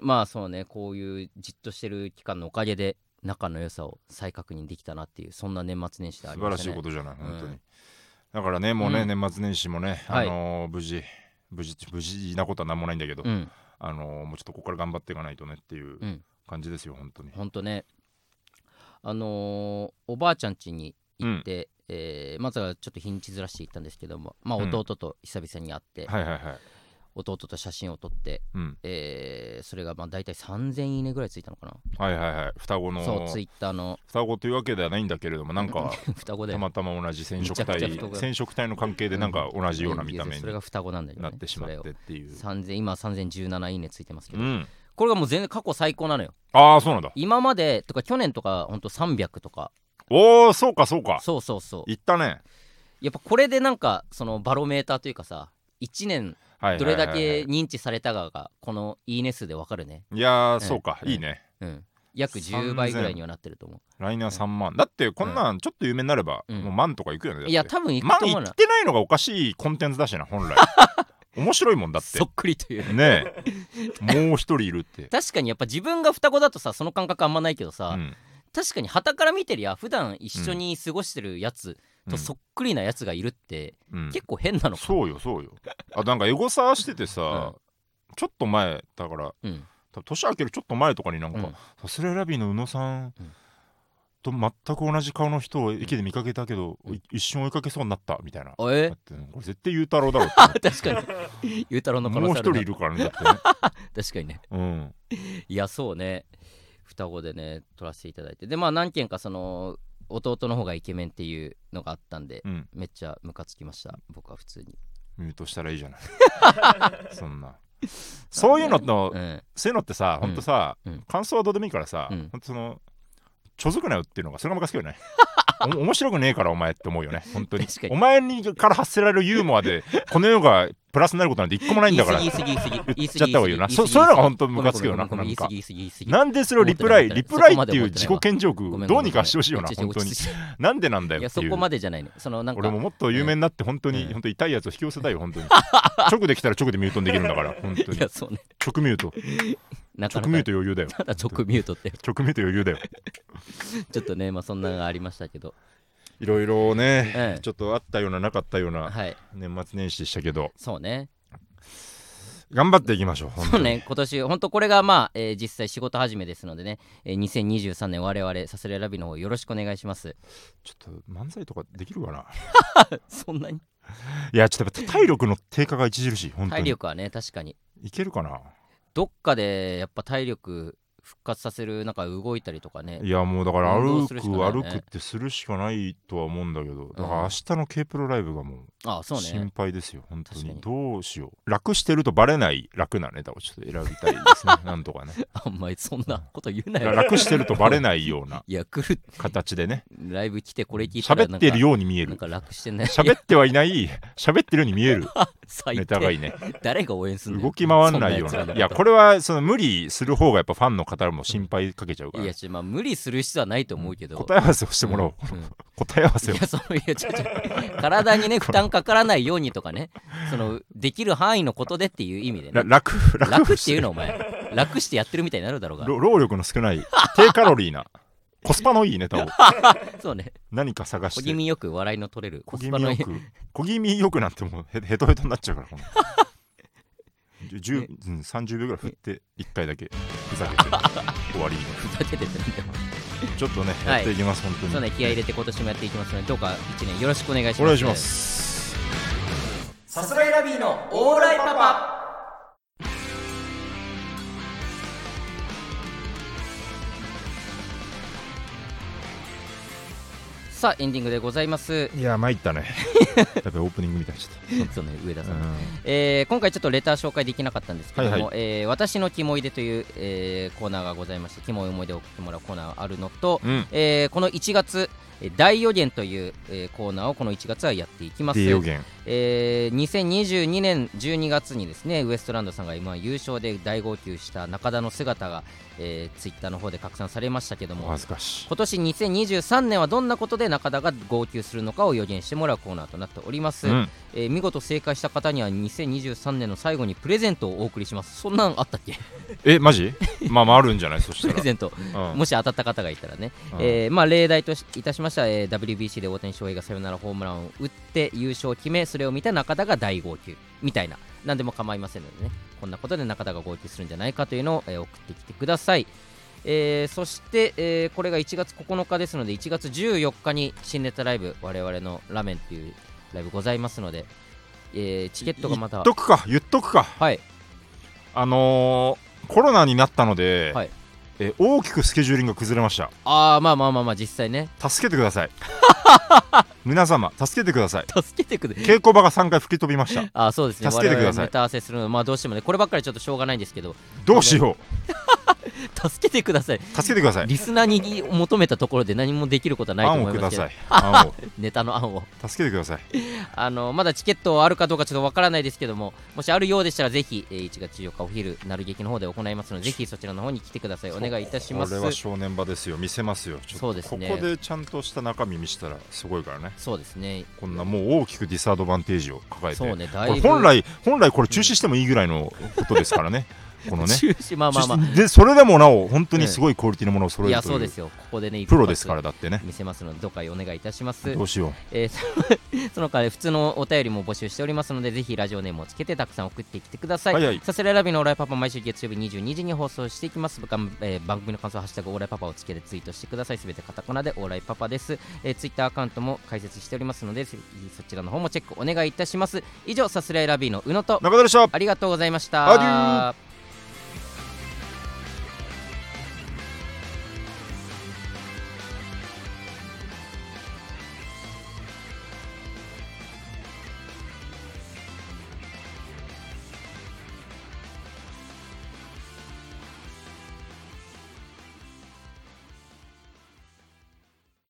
Speaker 1: まあそうねこういうじっとしてる期間のおかげで仲の良さを再確認できたなっていうそんな年末年始であ
Speaker 2: 素
Speaker 1: り
Speaker 2: 晴
Speaker 1: ま
Speaker 2: ら
Speaker 1: し
Speaker 2: したい
Speaker 1: ね
Speaker 2: ことじゃない、本当
Speaker 1: う
Speaker 2: に
Speaker 1: ん。
Speaker 2: だからね、もうね、
Speaker 1: うん
Speaker 2: 年末年始もね、
Speaker 1: はい
Speaker 2: あのー無事、無事、無事なことはなんもないんだけど、
Speaker 1: うん
Speaker 2: あのーもうちょっとここから頑張っていかないとねっていう
Speaker 1: うん
Speaker 2: 感じですよ、本当に。
Speaker 1: ほんとねあのーおばあちゃん家に行って、えーまずはちょっと日にちずらして行ったんですけどもまあ
Speaker 2: うん
Speaker 1: 弟と久々に会って、
Speaker 2: はいはいはい。
Speaker 1: 弟と写真を撮って、
Speaker 2: うん。
Speaker 1: えーそれがまあ大体3000いいねぐらいついたのかな、
Speaker 2: はいはいはい。双子
Speaker 1: そう
Speaker 2: の、
Speaker 1: ツイッターの
Speaker 2: 双子というわけではないんだけれども、なん か、
Speaker 1: 双子で
Speaker 2: たまたま同じ染色
Speaker 1: めちゃ
Speaker 2: 体
Speaker 1: くちゃ双子、だ
Speaker 2: 染色体の関係でなんか同じような見た目
Speaker 1: それ
Speaker 2: に
Speaker 1: が双子なんだけど、ね、
Speaker 2: なってしまってっていう。
Speaker 1: 3000今3017いいねついてますけ
Speaker 2: う
Speaker 1: ど、
Speaker 2: ん。
Speaker 1: これがもう全然過去最高なのよ
Speaker 2: ああ、そうなんだ。
Speaker 1: 今までとか去年とかほんと300とか
Speaker 2: おお、そうかそうか。
Speaker 1: そうそうそう
Speaker 2: いったね。
Speaker 1: やっぱこれでなんかそのバロメーターというかさ1年
Speaker 2: はいはいはいはい
Speaker 1: どれだけ認知されたかがこのいいね数でわかるね
Speaker 2: いやー、
Speaker 1: ええ
Speaker 2: そうか、いいね。
Speaker 1: うん約10倍ぐらいにはなってると思
Speaker 2: 来年は3万、だってこんなんちょっと有名になれば、
Speaker 1: うん
Speaker 2: もう万とかいくよねだっ
Speaker 1: う
Speaker 2: て
Speaker 1: いや多分いく
Speaker 2: 万
Speaker 1: と思
Speaker 2: いうっ
Speaker 1: な
Speaker 2: てないのがおかしいコンテンツだしな 本来面白いもんだって
Speaker 1: そっくりという
Speaker 2: ねえもう一人いる って、
Speaker 1: 確かにやっぱ自分が双子だとさその感覚あんまないけどさ、
Speaker 2: うん
Speaker 1: 確かに旗から見てりゃ普段一緒に過ごしてるやつとそっくりなやつがいるって
Speaker 2: うん
Speaker 1: 結構変なのか、
Speaker 2: そうよそうよあなんかエゴサーし ててさ、ちょっと前だから
Speaker 1: うん、
Speaker 2: 多分年明けるちょっと前とかになん
Speaker 1: う
Speaker 2: か
Speaker 1: ん
Speaker 2: 「さすらいラビーの宇野さん
Speaker 1: うん
Speaker 2: と全く同じ顔の人を駅で見かけたけど、
Speaker 1: うん
Speaker 2: い一瞬追いかけそうになった」みたいな、
Speaker 1: あえ
Speaker 2: だってこれ絶対裕太郎だろうって
Speaker 1: 確かに ゆうたろうの可
Speaker 2: も
Speaker 1: 能
Speaker 2: う一
Speaker 1: 性あ
Speaker 2: 人
Speaker 1: る
Speaker 2: い
Speaker 1: な
Speaker 2: るからねだってね、
Speaker 1: 確かにね
Speaker 2: うん、
Speaker 1: いやそうね双子でね撮らせていただいてでまあ何件かその弟の方がイケメンっていうのがあったんで、
Speaker 2: うん、
Speaker 1: めっちゃムカつきました僕は普通に、
Speaker 2: ミュートしたらいいじ ゃないそんなそういうのの、
Speaker 1: うん、
Speaker 2: そういうのってさ
Speaker 1: うん
Speaker 2: ほんとさ、
Speaker 1: うん
Speaker 2: 感想はどうでもいいからさ、
Speaker 1: うん
Speaker 2: ほんとそのちょずくなよっていうのがそれがムカつく よねお面白くねえからお前って思うよね本当に
Speaker 1: 確かに
Speaker 2: お前にから発せられるユーモアでこの世がプラスになることなんて一個もないんだから
Speaker 1: 言い過ぎ言い過ぎ言い過ぎ言い過ぎ
Speaker 2: ちゃった方がいいよなそそういうのが本当ムカつくよな
Speaker 1: ごめんごめんごめん
Speaker 2: なんか
Speaker 1: 言い過ぎ言い過ぎ
Speaker 2: なんでそれをリプライ
Speaker 1: 思っ
Speaker 2: リ
Speaker 1: てな
Speaker 2: プ
Speaker 1: かった
Speaker 2: ライっていう自己顕示
Speaker 1: ご
Speaker 2: 欲
Speaker 1: めん
Speaker 2: どうにかしてほしいよな
Speaker 1: ごめん
Speaker 2: 本
Speaker 1: ごめ
Speaker 2: 当
Speaker 1: ん
Speaker 2: に
Speaker 1: ちょちょ落ち着いて
Speaker 2: なんでなんだ
Speaker 1: い
Speaker 2: よ
Speaker 1: や
Speaker 2: って
Speaker 1: そ
Speaker 2: いう
Speaker 1: こまでじゃないねそのなん
Speaker 2: 俺
Speaker 1: か
Speaker 2: ももっと有名になって本当
Speaker 1: う
Speaker 2: に
Speaker 1: ん
Speaker 2: 本当痛いやつを引き寄せたいよ本 当に直できたら直でミュートにできるんだから本当
Speaker 1: い
Speaker 2: に
Speaker 1: やそうね
Speaker 2: 直ミュート
Speaker 1: なかな
Speaker 2: 直
Speaker 1: か
Speaker 2: ミュート余裕だよ
Speaker 1: ただ 直ミュートって
Speaker 2: 直ミュート余裕だよ
Speaker 1: ちょっとねまあそんなのがありましたけど
Speaker 2: いろいろね、
Speaker 1: ええ
Speaker 2: ちょっとあったようななかったような
Speaker 1: はい
Speaker 2: 年末年始でしたけど
Speaker 1: そうね
Speaker 2: 頑張っていきましょう本当
Speaker 1: そう
Speaker 2: に
Speaker 1: ね、今年、本当これがまあ、えー実際仕事始めですのでね、えー、2023年我々、サスレラビの方よろしくお願いします。
Speaker 2: ちょっと漫才とかできるかな
Speaker 1: そんなに
Speaker 2: いやちょっとやっぱ体力の低下が著しい本当
Speaker 1: 体
Speaker 2: に
Speaker 1: 力はね、確かに。
Speaker 2: いけるかな
Speaker 1: どっかでやっぱ体力復活させるなんか動いたりとかね
Speaker 2: いやもうだから
Speaker 1: 運動す
Speaker 2: 歩く、
Speaker 1: るしかないよ
Speaker 2: 歩
Speaker 1: ね
Speaker 2: くってするしかないとは思うんだけどだから明日の K プロライブがも
Speaker 1: あそううね
Speaker 2: 心配ですよ、本当に
Speaker 1: 確か
Speaker 2: どうしよう楽してるとバレない楽なネタをちょっと選びたいですね なんとかね
Speaker 1: あんまりそんなこと言うなよ
Speaker 2: 楽してるとバレないようない
Speaker 1: や来る
Speaker 2: 形でね
Speaker 1: ライブ来てこれ聞いたら
Speaker 2: 喋ってる
Speaker 1: よ
Speaker 2: ように見え
Speaker 1: なん
Speaker 2: る
Speaker 1: か楽してない
Speaker 2: 喋ってはいない喋ってるように見える
Speaker 1: 最低
Speaker 2: ネタがいい ね
Speaker 1: 誰が応援する
Speaker 2: 動き回らないよう
Speaker 1: そんやつらのこ
Speaker 2: な
Speaker 1: と
Speaker 2: いやこれはその無理する方がやっぱファンの方も心配かけちゃうから
Speaker 1: いやちょまあ無理する必要はないと思うけど、
Speaker 2: 答え合わせをしてもらおう、
Speaker 1: うん うん
Speaker 2: 答え合わせを
Speaker 1: いや、そのいや、ちょちょ、体 にね、負担かからないようにとかね、その、できる範囲のことでっていう意味で
Speaker 2: ら
Speaker 1: ね。
Speaker 2: 楽楽
Speaker 1: 楽
Speaker 2: を
Speaker 1: っていうの、お前。楽してやってるみたいになるだろうが。
Speaker 2: ろ労力の少ない低カロリーなコスパのいいネタを
Speaker 1: そうね。
Speaker 2: 何か探し
Speaker 1: 小
Speaker 2: て
Speaker 1: 気味よく笑いの取れる。
Speaker 2: 小
Speaker 1: コ
Speaker 2: 気
Speaker 1: スパ
Speaker 2: 味
Speaker 1: のいい。
Speaker 2: よく小気味よくなんてもうヘヘトヘトになっちゃうからこの じゅ10うん30秒ぐらい振って1回だけふざけて 終わりに
Speaker 1: ふざけててみても
Speaker 2: ちょっとね
Speaker 1: はい
Speaker 2: やっていきます、本当に
Speaker 1: そうね、気合い入れて今年もやっていきますので、どうか一年よろしくお願いします。
Speaker 2: お願いしま。す
Speaker 3: さすらいラビーのオーライパパ
Speaker 1: さあ、エンディングでございます。
Speaker 2: いや参ったねやっぱりオープニングみたいになっちゃっ
Speaker 1: そうね、上田
Speaker 2: た
Speaker 1: さ。
Speaker 2: うんん
Speaker 1: えー今回ちょっとレター紹介できなかったんですけども、
Speaker 2: はいは
Speaker 1: えー私のキモいでという、えーコーナーがございましてキモい思い出を送ってもらうコーナーがあるのと、
Speaker 2: うん
Speaker 1: えーこの1月えー大予言という、えーコーナーをこの1月はやっていきます、
Speaker 2: 低予言
Speaker 1: えー2022年12月にですねウエストランドさんが今優勝で大号泣した中田の姿が、えツイッター Twitter の方で拡散されましたけど
Speaker 2: お
Speaker 1: も
Speaker 2: 恥ずかしい
Speaker 1: 今年2023年はどんなことで中田が号泣するのかを予言してもらうコーナーとなっております、
Speaker 2: うん
Speaker 1: えー見事正解した方には2023年の最後にプレゼントをお送りしますそんなんあったっ け
Speaker 2: えマ ジまあまああるんじゃないそ
Speaker 1: プ
Speaker 2: した
Speaker 1: レ
Speaker 2: ら
Speaker 1: ゼント
Speaker 2: うん
Speaker 1: もし当たった方がいたらね、
Speaker 2: うん
Speaker 1: えーまあ、例題としいたしましては、えー WBC で大谷翔平がサヨナラホームランを打って優勝を決めそれを見た中田が大号泣みたいな何でも構いませんのでねこんなことで中田が号泣するんじゃないかというのを、えー送ってきてください、えーそして、えーこれが1月9日ですので1月14日に新ネタライブ我々のラーメンというライブございますので、えーチケットがまた
Speaker 2: 言っとくか言っとくか
Speaker 1: はい
Speaker 2: あのーコロナになったので、
Speaker 1: はい
Speaker 2: えー大きくスケジューリングが崩れました
Speaker 1: ああまあまあまあまあ実際ね
Speaker 2: 助けてください皆様助けてください
Speaker 1: 助けてくれ
Speaker 2: 稽古場が3回吹き飛びました
Speaker 1: あーそうですね
Speaker 2: 助けてくださ
Speaker 1: 我々
Speaker 2: い
Speaker 1: ネタ合わせするのまあどうしてもねこればっかりちょっとしょうがないんですけど
Speaker 2: どうしよ
Speaker 1: 助けてくださいう
Speaker 2: 助けてください
Speaker 1: リスナーに求めたところで何もできることはないと
Speaker 2: 案を
Speaker 1: 思い
Speaker 2: く
Speaker 1: ま
Speaker 2: だ
Speaker 1: すけ
Speaker 2: さ
Speaker 1: ど
Speaker 2: い案を
Speaker 1: ネタの案を
Speaker 2: 助けてください
Speaker 1: あのまだチケットあるかどうかちょっとわからないですけどももしあるようでしたらぜひえー1月14日お昼なる劇の方で行いますのでぜひそちらの方に来てくだ さいお願いいたしま
Speaker 2: これは
Speaker 1: す
Speaker 2: 正念場ですよ見せますよちょっと
Speaker 1: そうですね
Speaker 2: ここでちゃんとした中身見せたらすごいからね
Speaker 1: そうですね
Speaker 2: こんなもう大きくディスアドバンテージを抱えて
Speaker 1: そうねだ
Speaker 2: こ
Speaker 1: いぶ
Speaker 2: れ本来本来これ中止してもいいぐらいのことですからねこのね
Speaker 1: 中止まあまあまあ
Speaker 2: でそれでもなお本当にすごいクオリティのものを揃
Speaker 1: い
Speaker 2: え
Speaker 1: や
Speaker 2: ると
Speaker 1: そう
Speaker 2: い
Speaker 1: で
Speaker 2: う
Speaker 1: すよここでね
Speaker 2: プロですかららだってね
Speaker 1: 見せますのでどうかお願いいたします
Speaker 2: どうしよ
Speaker 1: えー そその他普通のお便りも募集しておりますのでぜひラジオネームをつけてたくさん送ってきてください、
Speaker 2: はいはい
Speaker 1: さすらいラビのオーライパパ毎週月曜日22時に放送していきます、がんえー番組の感想はハッシュタグオーライパパをつけてツイートしてくださいすべてカタカナでオーライパパです、えー、ツイッターアカウントも開設しておりますのでぜひそちらの方もチェックお願いいたします以上さすらいラビの宇野と
Speaker 2: う中田でした
Speaker 1: ありがとうございました
Speaker 2: アデュー